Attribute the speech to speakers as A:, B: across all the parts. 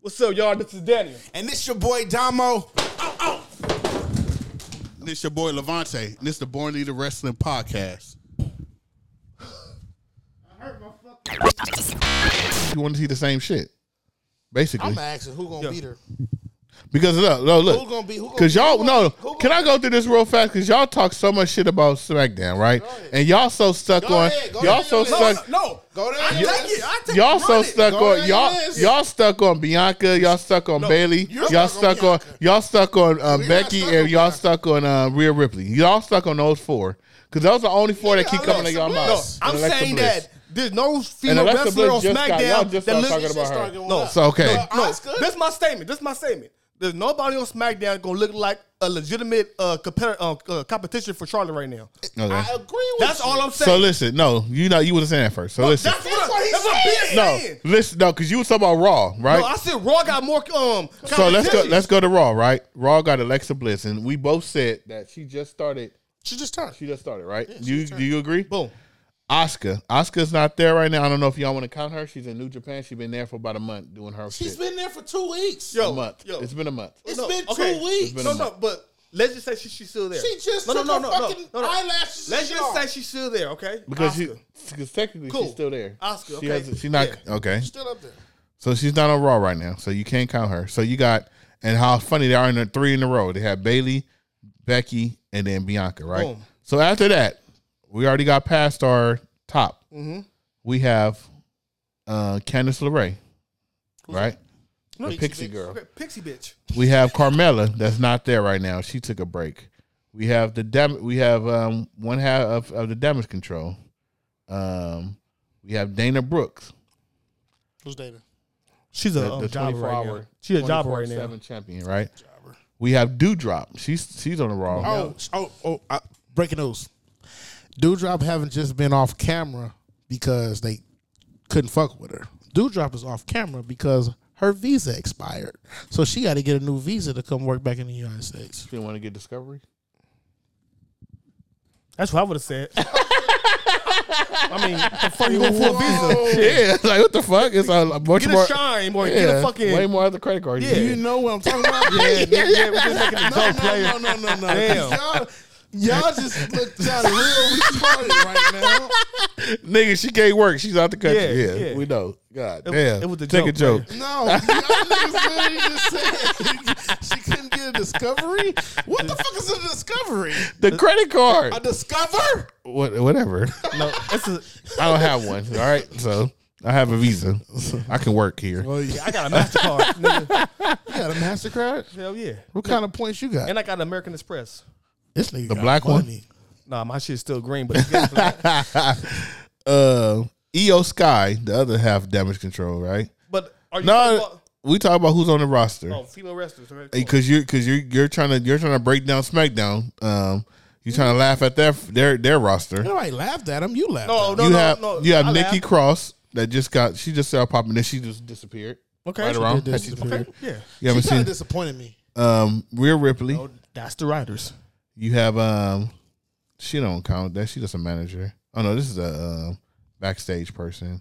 A: What's up, y'all? This is Daniel.
B: And this your boy Damo.
C: And it's your boy Levante. And it's the Born Leader Wrestling Podcast. You want to see the same shit, basically,
B: I'm asking who gonna beat her.
C: because look, look, look.
B: Who gonna be- who gonna
C: Cause
B: be-
C: y'all
B: who
C: no.
B: gonna- who
C: Can I go through this real fast? Cause y'all talk so much shit about SmackDown, right? And y'all so stuck
B: Go
C: on.
B: ahead, go
C: y'all
B: ahead,
C: so
B: go
C: stuck.
B: ahead.
A: No,
B: Go there.
A: I take it. I take it.
C: Y'all
A: Run
C: so
A: it.
C: stuck
B: Go
C: on
B: ahead,
C: y'all.
B: yes.
C: Y'all stuck on Bianca. Y'all stuck on Bailey.
B: you're
C: Y'all
B: stuck
C: stuck
B: on
C: on. Y'all stuck on uh,
B: not
C: Becky,
B: stuck
C: and
B: on
C: y'all
B: Bianca.
C: stuck on uh, Rhea Ripley. Y'all stuck on those four because those are the only four that keep coming to y'all
B: Alexa
A: no.
C: mouths.
A: I'm saying that there's no
C: And
A: female
C: Alexa
A: wrestler on
C: Bliss just got. Y'all
A: SmackDown
C: just
A: that
C: started
A: lives.
C: talking about her.
B: started
A: No,
C: So okay.
B: No,
A: no,
B: Asuka?
A: this is my statement. This is my statement. There's nobody on SmackDown gonna look like a legitimate uh, competi- uh, uh, competition for Charlotte right now.
C: Okay.
B: I agree with
A: That's
B: you.
A: all I'm
C: So
A: saying.
C: listen, no, you know you wasn't saying that first. So listen,
A: that's what,
B: That's what
A: I,
B: he
A: that's what I'm
C: no,
A: saying.
C: listen, no, because you was talking about Raw, right?
A: No, I said Raw got more um.
C: so let's go.
A: competition.
C: Let's go to Raw, right? Raw got Alexa Bliss, and we both said that she just started.
B: She just turned.
C: She just started, right? do you do you agree?
A: boom.
C: Oscar. Oscar's not there right now. I don't know if y'all want to count her. She's in New Japan. She's been there for about a month doing her
B: She's
C: shit.
B: been there for two weeks.
A: Yo,
C: a month.
A: yo.
C: It's been a month.
B: It's
A: No,
B: been two
A: okay.
B: weeks.
C: been
A: no,
C: a
A: no, but let's just say she, she's still there.
B: She just
A: no, no,
B: took
A: no,
B: her
A: no, no,
B: fucking
A: no, no.
B: eyelashes and
A: Let's
B: shit
A: just
B: off.
A: say she's still there, okay?
C: Because she,
A: Oscar.
C: because technically
A: Cool.
C: she's still there.
A: Oscar,
C: She
A: okay.
C: hasn't, she's not okay.
B: Still up there.
C: So she's not on Raw right now. So you can't count her. So you got and how funny they are in the three in a row. They have Bailey, Becky, and then Bianca, right?
A: Boom.
C: So after that, we already got past our top. We have uh Candice LeRae, right? the Pixie girl.
A: Okay, Pixie bitch.
C: We have Carmella that's not there right now. She took a break. We have the dam- we have um one half of, of the damage control. Um we have Dana Brooks,
B: Who's dating?
A: She's um,
C: the, the 24 hour
A: She's a jobber right now.
C: 24/7 champion, right? We have Dewdrop. She's she's on the raw.
B: Oh, oh, oh! I, breaking news. Dewdrop haven't just been off camera because they couldn't fuck with her. Dewdrop is off camera because her visa expired, so she got to get a new visa to come work back in the United States.
C: She didn't want to get Discovery.
A: That's what I would have said. I mean, the fuck you going for a visa?
C: Yeah, it's like what the fuck? It's a, a bunch
A: Get
C: more.
A: a shine or get
C: yeah,
A: a fucking.
C: way more other credit card.
A: Yeah.
B: You know what I'm talking about?
A: Yeah, yeah, yeah, we're just making a
B: No,
A: joke, player.
B: no, no, no, no, no.
A: Damn.
B: Y'all, y'all just look y'all real retarded right now.
C: nigga, she can't work. She's out the country.
A: Yeah,
C: Yeah,
A: yeah.
C: we know. God
A: It-
C: damn,
A: it was a
C: take a
A: joke,
C: joke.
B: No, y'all niggas literally just said she couldn't get a discovery. What the fuck is a discovery?
C: The credit card,
B: A discover?
C: what, whatever.
A: no, it's a,
C: I don't have one. All right, so I have a visa. I can work here.
B: Oh yeah,
A: I got a MasterCard. nigga.
B: you got a Mastercard.
A: Hell yeah.
B: What kind of points you got?
A: And I got an American Express.
B: this nigga, the
C: black one?
A: Nah, my shit's still green, but it's getting black.
C: Uh, EO Sky, the other half damage control, right?
A: But are you talking
C: No,
A: about
C: we talk about who's on the roster.
A: oh, female wrestlers? Okay, cool.
C: because you're because you're you're trying to you're trying to break down SmackDown. Um, you're trying to laugh at their their their roster.
B: Nobody laughed at him. You laughed.
A: No, no,
C: you
A: no,
C: have
A: no.
C: you have
A: I
C: Nikki
A: laughed.
C: Cross that just got she just started popping and she just disappeared.
A: Okay.
C: right
A: She
C: around.
B: did disappear.
A: Yeah,
C: You haven't
B: She kind
C: seen
B: of disappointed me.
C: um Rhea Ripley.
A: that's the riders.
C: You have um she don't count that she just a manager. Oh no, this is a um, backstage person.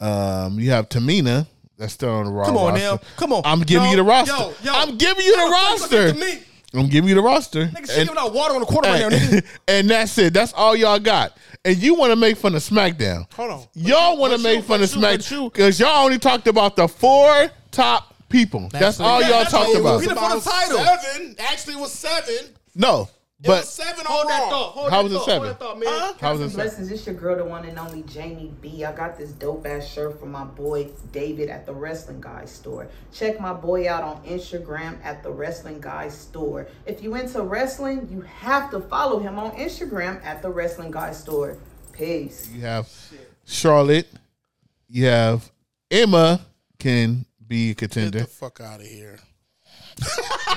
C: Um, you have Tamina that's still on the Raw
A: Come on
C: roster.
A: now, come on.
C: I'm giving
A: No,
C: you the roster.
A: Yo, yo,
C: I'm giving you
A: Yo,
C: the
A: fuck, look at
C: roster.
A: me.
C: I'm giving you the roster.
A: Nigga, she
C: And-
A: giving out water on the quarter right now. Nigga.
C: and, and that's it. That's all y'all got. And you want to make fun of SmackDown.
B: Hold on.
C: Y'all want to
B: But you- but
C: make fun of
B: you- but you-
C: SmackDown because y'all only talked about the four top people. That's,
B: Actually,
C: all
B: yeah,
C: y'all
A: that's all
C: talked
A: it
C: about.
A: was. Peter for the title.
B: Seven. Actually, it was seven.
C: No,
B: It was
C: but
B: seven
A: Hold that
B: overall.
A: thought. Hold
C: How
A: that
C: was it
A: thought.
C: seven?
A: Hold that thought, man.
B: Huh?
C: how was it?
D: Blessings, it's your girl, the one and only Jamie B. I got this dope ass shirt from my boy David at the Wrestling Guy store. Check my boy out on Instagram at the Wrestling Guy store. If you into wrestling, you have to follow him on Instagram at the Wrestling Guy store. Peace.
C: You have Charlotte. You have Emma can be a
B: Get the
C: contender.
B: fuck out of here.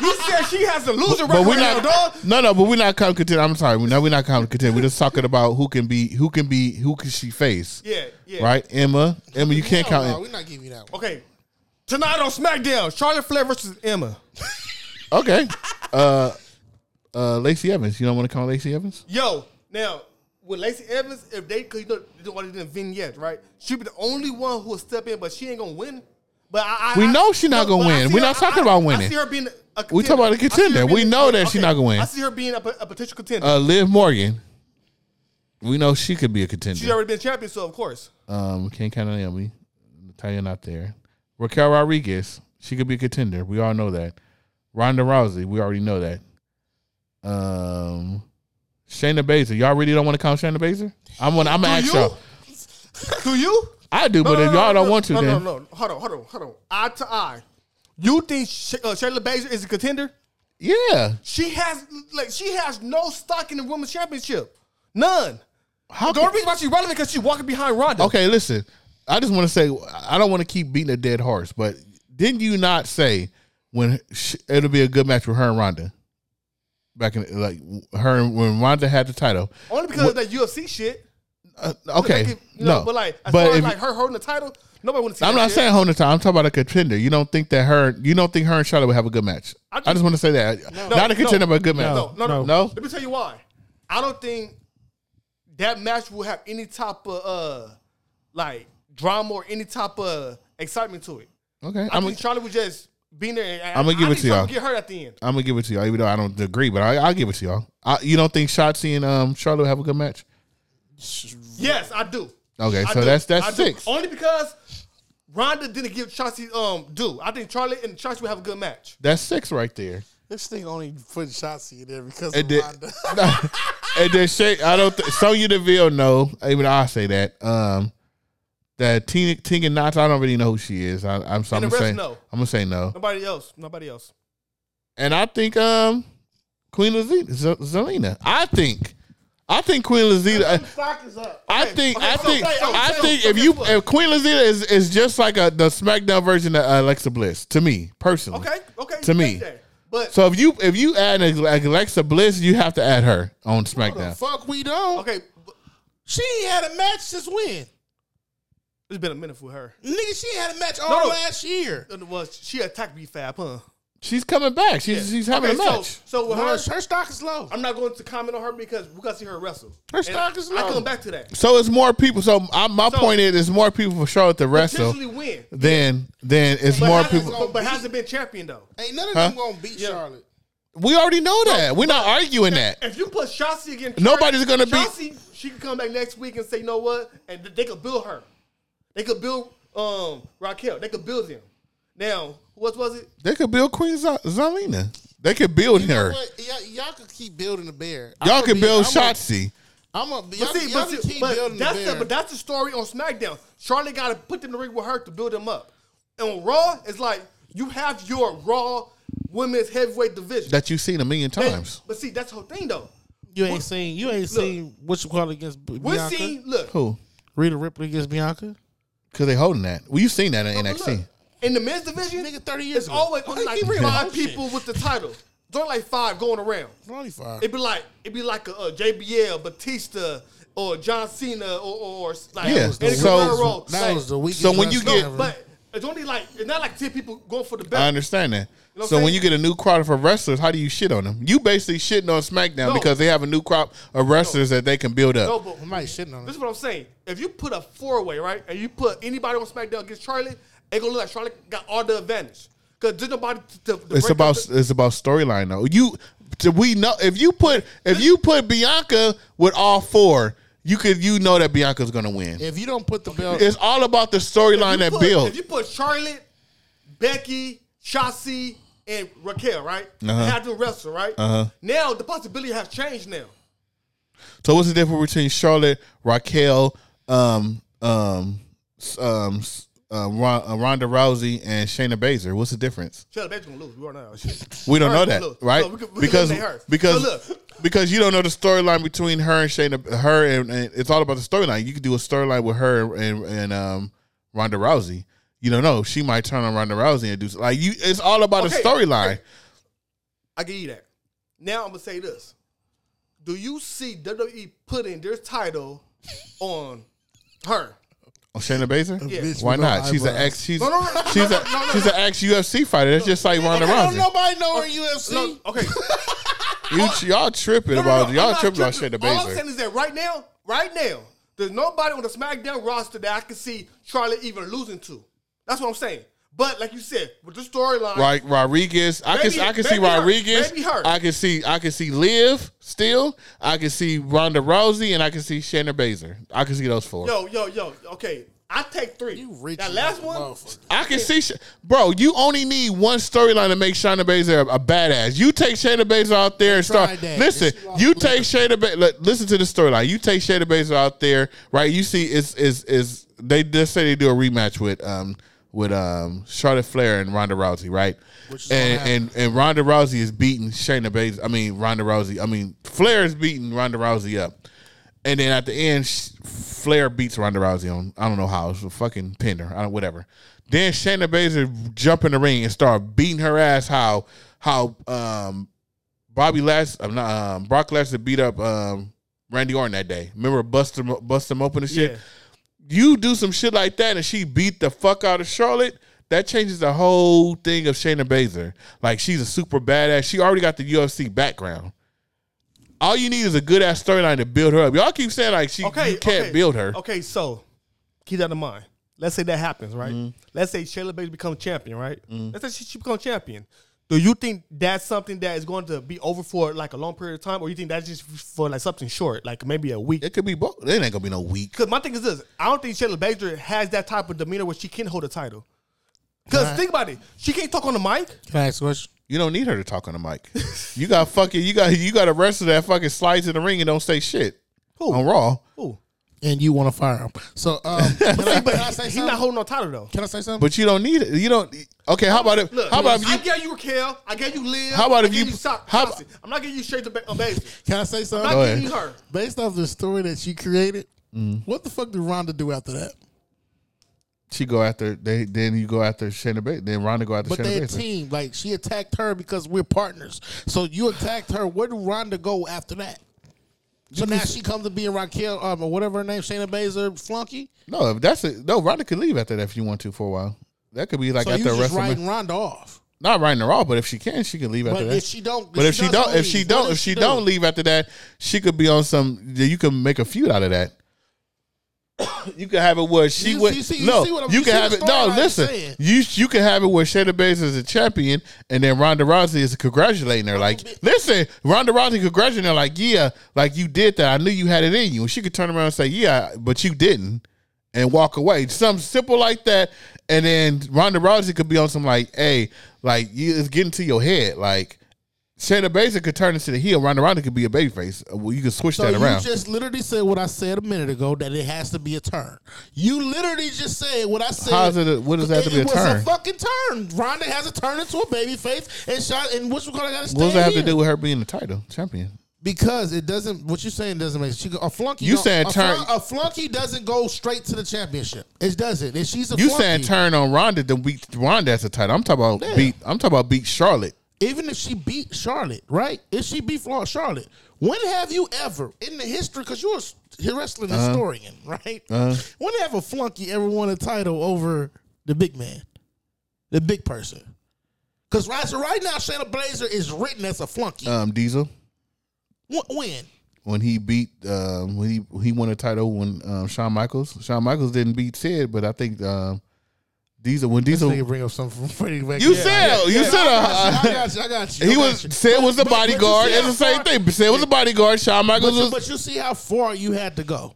A: You said she has a loser
C: But
A: record
C: we're
A: right now,
C: not.
A: dog.
C: No, no. But we're not counting contender. I'm sorry. We're not. We're not counting contender. We're just talking about who can be. Who can be. Who can she face?
A: Yeah, yeah.
C: Right, Emma. Emma, you can't
B: No,
C: count.
B: No,
C: Em-
B: we're not giving you that one.
A: Okay. Tonight on SmackDown, Charlotte Flair versus Emma.
C: Okay. Uh uh Lacey Evans. You don't want to call Lacey Evans?
A: Yo, now with Lacey Evans, if they could, you know, they do all these vignettes, right? She'll be the only one who will step in, but she ain't gonna win. But I, I
C: We
A: I-
C: know she not gonna
A: but I
C: win.
A: see
C: We're not talking about winning.
A: I see her being. A contender.
C: We talking about a
A: I see her
C: contender. We
A: being-
C: know that she not gonna win.
A: I see her being a, a potential contender.
C: Uh, Liv Morgan. We know she could be a contender.
A: She's already been champion, so of course.
C: Um, can't count on Naomi. Natalia not there. Raquel Rodriguez, she could be a contender. We all know that. Ronda Rousey, we already know that. Um, Shayna Baszler, y'all really don't want to count Shayna Baszler? I'm gonna, I'm gonna ask
A: you?
C: y'all.
A: Do you?
C: I do, but if y'all don't want to,
A: no,
C: then
A: no, no, no. Hold on, hold on, hold on. Eye to eye. You think Sh- uh, Shayla Baszler is a contender?
C: yeah.
A: She has like she has no stock in the women's championship. None.
C: How
A: The only
C: could-
A: reason why she's relevant because she's walking behind Ronda.
C: okay, listen. I just want to say I don't want to keep beating a dead horse, but didn't you not say when sh- it'll be a good match with her and Ronda? Back in like her and when Ronda had the title.
A: Only because of that UFC shit.
C: Uh, okay,
A: Like, you know,
C: no,
A: but like as
C: but
A: far as
C: if-
A: like her holding the title, nobody want to see.
C: I'm
A: that
C: not
A: shit.
C: saying holding the title. I'm talking about a contender. You don't think that her, you don't think her and Charlotte would have a good match. I
A: I
C: just,
A: just-
C: want to say that
A: No,
C: not a
A: no,
C: contender, but a good match.
A: No, no, no,
C: no.
A: Let me tell you why. I don't think that match will have any type of uh like drama or any type of excitement to it.
C: Okay,
A: I
C: I'm gonna,
A: think Charlie was just being there. And,
C: I'ma
A: I-
C: give
A: I
C: it
A: think
C: to y'all.
A: something Get hurt at the end.
C: I'm gonna give it to y'all, even though I don't agree, but I, I'll give it to y'all. I, you don't think Shotzi and um Charlotte would have a good match?
A: Yes, I do.
C: Okay,
A: I
C: so
A: do.
C: that's that's
A: I do.
C: six.
A: Only because Ronda didn't give Chauncey um due. I think Charlie and Chauncey will have a good match.
C: That's six right there.
B: This thing only putting shots in there because
A: Oh
C: And
B: of
C: then,
B: Ronda.
C: and then Shay, I don't. Th- Sonya Deville, no. Even I say that. Um, that Tina Tegan Knox, I don't really know who she is. I, I'm so I'm
A: And
C: gonna
A: the
C: say
A: rest, no.
C: I'm gonna say no.
A: Nobody else. Nobody else.
C: and I think um Queen Lizita, Z- Zelina. I think, I think Queen Lizita.
B: Stock is up.
C: I think, I
A: okay,
C: think,
A: okay, okay,
C: I
A: okay,
C: think
A: okay,
C: if you
A: okay.
C: if Queen Lizita is is just like a the SmackDown version of Alexa Bliss to me personally.
A: Okay, okay.
C: To
A: you
C: me.
A: think that. But
C: So if you if you add a- like Alexa Bliss, you have to add her on SmackDown.
B: Fuck, we don't.
A: okay, but
B: She ain't had a match since when?
A: it's been a minute for her.
B: Nigga, she had a match all
A: no.
B: last year.
A: Well, she attacked B Fab, huh?
C: She's coming back. She's she's having
A: Okay,
C: a match.
A: So, so with
B: Her,
A: her,
B: her stock is low.
A: I'm not going to comment on her because we got to see her wrestle.
B: Her stock is
A: I
B: low.
A: come back to that.
C: So, it's more people. So I, my
A: So-
C: point is, it's more people for Charlotte to wrestle
A: Potentially win.
C: than than it's
A: But
C: more
A: hasn't-
C: people.
A: But, but hasn't been champion though.
B: Ain't none of
C: Huh?
B: them gonna beat
A: Yeah.
B: Charlotte.
C: We already know that. We're not arguing that.
A: If you put Shotzi against
C: Nobody's gonna
A: Shotzi,
C: beat-
A: she could come back next week and say, you know what? And th- they could build her. They could build um Raquel. They could build him. Now, what was it?
C: They could build Queen Z- Zelina. They could build her.
B: But y'all, y'all could keep building the bear.
C: Y'all
B: could
C: could build Shotzi.
B: I'm a. Y'all,
A: But see,
B: y'all
A: but,
B: could
A: see-
B: keep
A: but
B: building
A: that's
B: the
A: the,
B: bear.
A: but that's the story on SmackDown. Charlotte got to put them in the ring with her to build them up. And on Raw, it's like you have your Raw women's heavyweight division.
C: That you've seen a million
A: And-
C: times.
A: But see, that's the whole thing though.
B: you ain't seen. You ain't seen what you call against B-
A: We're
B: Bianca.
A: seeing look.
C: Who?
B: Rita Ripley against Bianca.
C: Because they holding that. Well, you've seen that in
A: But look,
C: NXT.
A: in the men's division,
B: Nigga, 30 years
A: it's
B: ago.
A: always
B: Oh,
A: only
B: they
A: like
B: keep bringing
A: five
B: up shit.
A: people with the title. It's only like five going around.
B: Only five.
A: It'd be like it'd be like a, uh JBL, Batista, or John Cena, or, or, or like
C: Yeah,
A: Eddie
C: so-
A: Guerrero.
B: that
A: Like,
B: was the weakest.
C: so when you
B: wrestler
C: get-
B: ever.
A: but it's only like it's not like ten people going for the
C: I
A: belt.
C: understand that.
A: know what
C: so
A: I'm
C: when
A: saying?
C: you get a new crowd for wrestlers, how do you shit on them? You basically shitting on SmackDown
A: No.
C: because they have a new crop of wrestlers that they can build up.
A: No, but
B: I'm not shitting on
A: this
B: it.
A: is what I'm saying. If you put a four way right, and you put anybody on SmackDown against Charlotte, it gonna look like Charlotte got all the advantage. Cause there's nobody to, to
C: it's
A: break up
C: about
A: the-
C: it's about storyline though. You to we know if you put if you put Bianca with all four, you could you know that Bianca's gonna win.
B: If you don't put the belt,
C: It's all about the storyline
A: you
C: that
A: put- If
C: builds.
A: you put Charlotte, Becky, Shotzi, and Raquel, right?
C: Uh-huh.
A: And have them wrestle, right?
C: Uh-huh.
A: Now the possibility has changed now.
C: So what's the difference between Charlotte, Raquel, um, um, s- um, s- uh, Ron- uh, Ronda Rousey, and Shayna Baszler? What's the difference?
A: Shut up, Becky's gonna lose. We already know how she is.
C: We don't know
A: Alright,
C: that,
A: look,
C: right?
A: look, we could- we could
C: because
A: eliminate her.
C: because
A: So look.
C: because you don't know the storyline between her and Shayna. Her and, and it's all about the storyline. You could do a storyline with her and and um, Ronda Rousey. You don't know. She might turn on Ronda Rousey and do s- like you. It's all about
A: Okay,
C: a storyline.
A: I give you that. Now I'm gonna say this. Do you see WWE putting their title on her?
C: Oh, Shayna Baszler.
A: Yeah.
B: Bitch
C: Why
B: with no
C: not? She's an
B: eyebrows.
C: ex. She's
A: No, no, no, no,
C: she's
A: no,
C: a
A: no, no,
C: she's
A: no.
C: an ex UFC fighter. That's just like Ronda
B: I don't
C: Rousey.
B: nobody know her UFC.
A: No, okay.
C: You, y'all tripping
A: No, no, no,
C: about
A: I'm
C: y'all
A: not
C: tripping about Shayna
A: All I'm saying
C: Baszler.
A: is that right now, right now, there's nobody on the SmackDown roster that I can see Charlotte even losing to. That's what I'm saying. But like you said, with the storyline,
C: Like Rodriguez, I
A: Maybe-
C: can I can see
A: maybe her.
C: Rodriguez.
A: Maybe her.
C: I can see I can see Liv still. I can see Ronda Rousey, and I can see Shayna Baszler. I can see those four.
A: Yo, yo, yo. Okay, I take three.
B: You rich.
A: that last one.
C: I can see, Sh- bro. You only need one storyline to make Shayna Baszler a, a badass. You take Shayna Baszler out there and start.
B: tried that.
C: Listen,
B: She lost
C: you
B: to
C: take Shayna. Ba- li- listen to the storyline. You take Shayna Baszler out there, right? You see, it's is is they just say they do a rematch with um with um Charlotte Flair and Ronda Rousey, right?
B: Which is
C: and
B: gonna happen.
C: and and Ronda Rousey is beating Shayna Baszler. I mean Ronda Rousey. I mean Flair is beating Ronda Rousey up, and then at the end, Sh- Flair beats Ronda Rousey on I don't know how it's a fucking pin or whatever. Then Shayna Baszler jump in the ring and start beating her ass. How how um Bobby Lash I'm not um, Brock Lesnar beat up um Randy Orton that day. Remember bust him bust him open and shit
A: Yeah.
C: you do some shit like that and she beat the fuck out of Charlotte, that changes the whole thing of Shayna Baszler. Like she's a super badass. She already got the UFC background. All you need is a good ass storyline to build her up. Y'all keep saying like she
A: Okay,
C: you can't
A: okay.
C: build her.
A: Okay, so keep that in mind. Let's say that happens, right?
B: Mm-hmm.
A: Let's say Shayla Baszler becomes champion, right? Let's say she, she becomes champion. Do you think that's something that is going to be over for like a long period of time, or you think that's just for like something short, like maybe a week?
C: It could be both. It ain't gonna be no weak.
A: Because my thing is this: I don't think Shayla Baszler has that type of demeanor where she can hold a title. Because
B: Right.
A: think about it, she can't talk on the mic.
B: Can I ask a question?
C: You don't need her to talk on the mic. you got fucking you got you got a wrestler that fucking slides in the ring and don't say shit
A: Who?
C: on Raw.
A: Ooh,
B: And you want to fire him? So, um, can, I,
A: but
B: can I say
A: he's
B: something?
A: not holding no title though.
B: can I say something?
C: But you don't need it. You don't. Okay, how about it?
A: Look,
C: how about if
A: I
C: you?
A: gave you Raquel, I gave you Liv.
C: How about
A: I
C: if
A: gave
C: you-
A: Sa-
C: how-
A: Chauncey. I'm not giving you straight to ba- on Baszler.
B: can I say
A: I'm
B: something?
A: not
C: Go ahead. Mm-hmm.
A: giving her.
B: Based off the story that you created, what the fuck did Rhonda do after that?
C: She go after they. Then you go after Shayna Baszler. Then Ronda go after
B: But
C: Shayna
B: they a
C: Baszler.
B: team. Like she attacked her because we're partners. So you attacked her. Where did Rhonda go after that? So now she comes to being Raquel um, or whatever her name, Shayna Baszler, flunky.
C: No, if that's it. No, Ronda could leave after that if you want to for a while. That could be like
B: So you
C: after
B: just
C: WrestleMania.
B: writing Rhonda off.
C: Not Ronda Raw, but if she can, she can leave after
B: But
C: that.
B: if she don't,
C: but if she
B: doesn't
C: don't, if
B: leave,
C: she
B: what
C: don't,
B: does
C: if she
B: do?
C: don't leave after that, she could be on some. You can make a feud out of that. you could have it where she
B: You-
C: would
B: you see- you
C: no.
B: see what I'm-
C: you
B: you
C: can
B: see
C: have
B: the
C: it. No,
B: storyline I'm
C: listen.
B: saying.
C: You you can have it where Shayna Baszler is a champion, and then Ronda Rousey is congratulating her. Like, listen, Ronda Rousey congratulating her. Like, yeah, like you did that. I knew you had it in you. And she could turn around and say, yeah, but you didn't, and walk away. Something simple like that, and then Ronda Rousey could be on some like, hey, like you, it's getting to your head, like. Shayna Baszler could turn into the heel. Ronda Rousey could be a babyface. Uh, Well, you could switch
B: So
C: that
B: you
C: around.
B: just literally said what I said a minute ago that it has to be a turn. You literally just said what I said.
C: How's it a- what does that have to be a
B: it
C: turn?
B: was a fucking turn. Rhonda has a turn into a baby face and shot. And what's going to
C: What does that have to do with her being the title champion?
B: Because it doesn't. What you're saying doesn't make. She go- a flunky.
C: You
B: don't-
C: saying
B: a
C: turn-
B: flun- a flunky doesn't go straight to the championship. It doesn't. If she's a
C: You
B: flunky,
C: saying turn on Ronda then beat Ronda as a title. I'm talking about
B: Yeah.
C: beat I'm talking about beat Charlotte.
B: even if she beat Charlotte, right? If she beat Fla- Charlotte, when have you ever in the history? Because you're a s- a wrestling
A: Uh-huh.
B: historian, right? When have a flunky ever won a title over the big man, the big person? Because right, so right now, Shayna Blazer is written as a flunky.
C: Um Diesel
B: Wh- when?
C: when he beat um when he he won a title when um Shawn Michaels. Shawn Michaels didn't beat Sid, but I think um Diesel when Diesel
B: Nigga bring up something from Freddie Vague.
C: You said you said
B: I
C: uh,
B: got you. I got you. I
C: he
B: got
C: was
B: you.
C: Sid was the
B: But- but you
C: bodyguard.
B: see
C: It's the same
B: how far-
C: thing. Sid was a bodyguard. Shawn
B: But
C: Michaels
B: you,
C: was
B: but you see how far you had to go.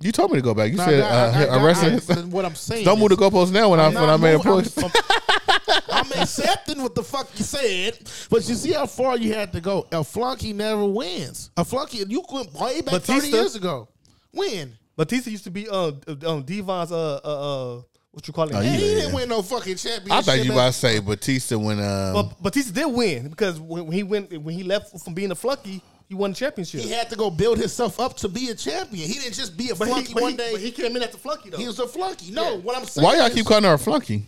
C: You told me to go back. You
B: Now,
C: said
B: I-
C: uh,
B: I- I- I-
C: arrested.
B: I- What I'm saying.
C: Don't move
B: is-
C: the goalpost now when I when I
B: I'm
C: made a
B: not moving-
C: push.
B: I'm, I'm- I'm accepting what the fuck you said, but you see how far you had to go. A flunky never wins. A flunky, you quit way back
A: Batista?
B: thirty years ago. When?
A: Batista used to be um uh, um Devon's uh uh uh what you call it?
C: Oh,
B: And
A: Hey,
B: he
C: Yeah.
B: didn't win no fucking championship.
C: I thought you about
B: man.
C: to say Batista when um,
A: But Uh, Batista did win because when, when he went when he left from being a flunky, he won the championship.
B: He had to go build himself up to be a champion. He didn't just be a
A: but,
B: flunky
A: he, but,
B: one
A: he,
B: day.
A: but he
B: he,
A: came in at the flunky though.
B: was a flunky. No, what I'm saying.
C: why y'all
B: is,
C: keep calling her a flunky?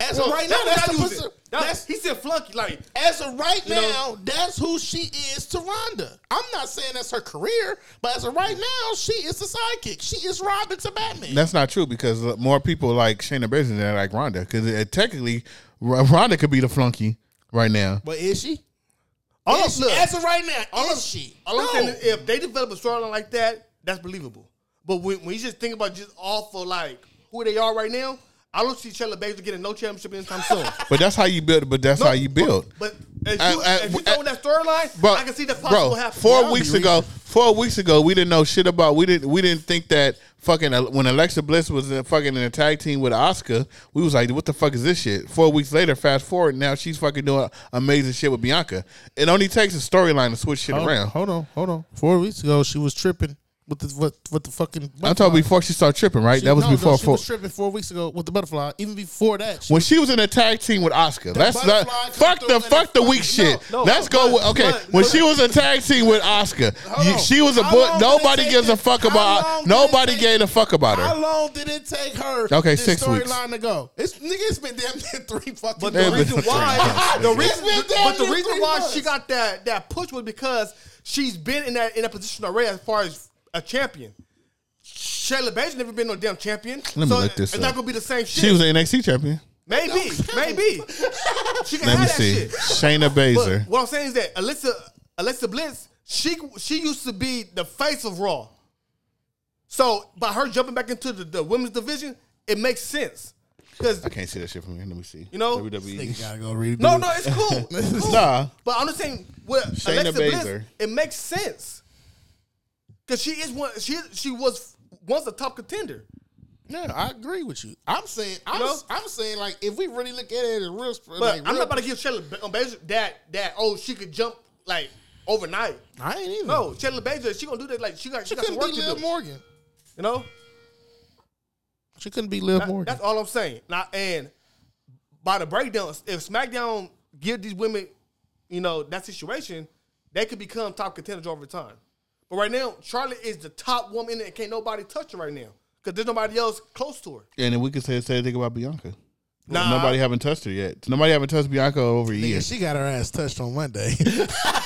B: As
A: So
B: of right now, that's, the
A: what I use
B: posi-
A: it. That-
B: that's
A: he said flunky like
B: As of right
A: You
B: now,
A: know-
B: that's who she is to Rhonda. I'm not saying that's her career, but as of right now, she is the sidekick. She is Robin to Batman.
C: That's not true because more people like Shayna Baszler than like Ronda because technically R- Ronda could be the flunky right now.
B: but is she?
A: all
B: Is
A: of,
B: she-
A: look,
B: as of right now,
A: all
B: is
A: of-
B: she?
A: All I'm
B: No.
A: saying is if they develop a storyline like that, that's believable. But when, when you just think about just all for like who they are right now, I don't see Chella Baszler getting no championship anytime soon.
C: But that's how you build. But that's how you build.
A: But if
C: I-
A: you,
C: I-
A: if you
C: I-
A: go in that storyline,
C: But
A: I can see the possible
C: bro,
A: happening.
C: Four
A: Yeah.
C: weeks ago, four weeks ago, we didn't know shit about. We didn't. We didn't think that fucking uh, when Alexa Bliss was in a fucking in a tag team with Oscar, we was like, what the fuck is this shit? Four weeks later, fast forward, now she's fucking doing amazing shit with Bianca. It only takes a storyline to switch shit
B: Hold,
C: around.
B: hold on, hold on. Four weeks ago, she was tripping with the what with the fucking.
C: I'm talking before she started tripping, right?
B: She-
C: that was
B: no, no,
C: before.
B: she
C: four,
B: was tripping four weeks ago with the butterfly. Even before that, she
C: when she was in a tag team with Oscar. Let's not
B: butterfly come
C: fuck
B: through
C: the
B: and
C: fuck
B: they
C: the weak
B: fucking-
C: shit.
A: no, no,
C: Let's
A: no,
C: go.
A: but-
C: with, okay,
A: but-
C: when
A: but-
C: she was in tag team with Oscar, you,
B: on.
C: she was a
B: How
C: book.
B: long did it
C: Nobody
B: take
C: gives a
B: it-
C: fuck
B: how
C: about.
B: long did
C: Nobody
B: it take-
C: gave a fuck about her.
B: How long did it take her?
C: Okay,
B: this
C: six weeks.
B: Storyline to go. It's nigga. It's been damn near three fucking.
A: But the
C: Yeah, but-
B: months.
A: reason why, the reason,
B: been down
A: but the
B: there
A: reason
B: three
A: why
B: months.
A: she got that that push was because she's been in that in that position already as far as a champion. Shayla Baszler never been no damn champion.
C: Let me
A: so
C: look this
A: It's
C: up.
A: not gonna be the same shit.
C: She was the NXT champion.
A: maybe, maybe. She can
C: Let
A: have
C: me
A: that
C: see.
A: shit.
C: Shayna
A: But
C: Baszler.
A: what I'm saying is that Alyssa Alyssa Bliss, she she used to be the face of Raw. So by her jumping back into the, the women's division, it makes sense. Because
C: I can't see that shit from here. Let me see.
A: You know?
B: Nigga
C: WWE.
B: gotta go read.
A: No, no, it's cool.
B: This
A: It's
B: is-
A: cool.
C: Nah.
A: But I'm just saying, with
C: Shayna
A: Alexa Bliss,
C: Baszler.
A: it makes sense because she is one. She she was once a top contender.
B: Yeah, I agree with you. I'm saying, I'm,
A: You know?
B: I'm saying, like, if we really look at it in real, sp-
A: But
B: like,
A: I'm
B: real-
A: not about to give Shayla Ba- Baszler that that oh she could jump like overnight.
B: I ain't even.
A: No, Shayla Baszler she gonna do that like she got she,
B: she
A: got some
B: couldn't
A: work
B: be
A: to
B: Liv
A: do.
B: Morgan.
A: You know,
B: She couldn't be Liv
A: That-
B: Morgan.
A: that's all I'm saying. Now and by the breakdown, if SmackDown give these women, you know, that situation, they could become top contenders over time. But right now, Charlotte is the top woman, and can't nobody touch her right now because there's nobody else close to her.
C: And then we could say say anything about Bianca.
A: Nah.
C: Nobody haven't touched her yet. Nobody haven't touched Bianca over a
B: Nigga,
C: year.
B: she got her ass touched on Monday.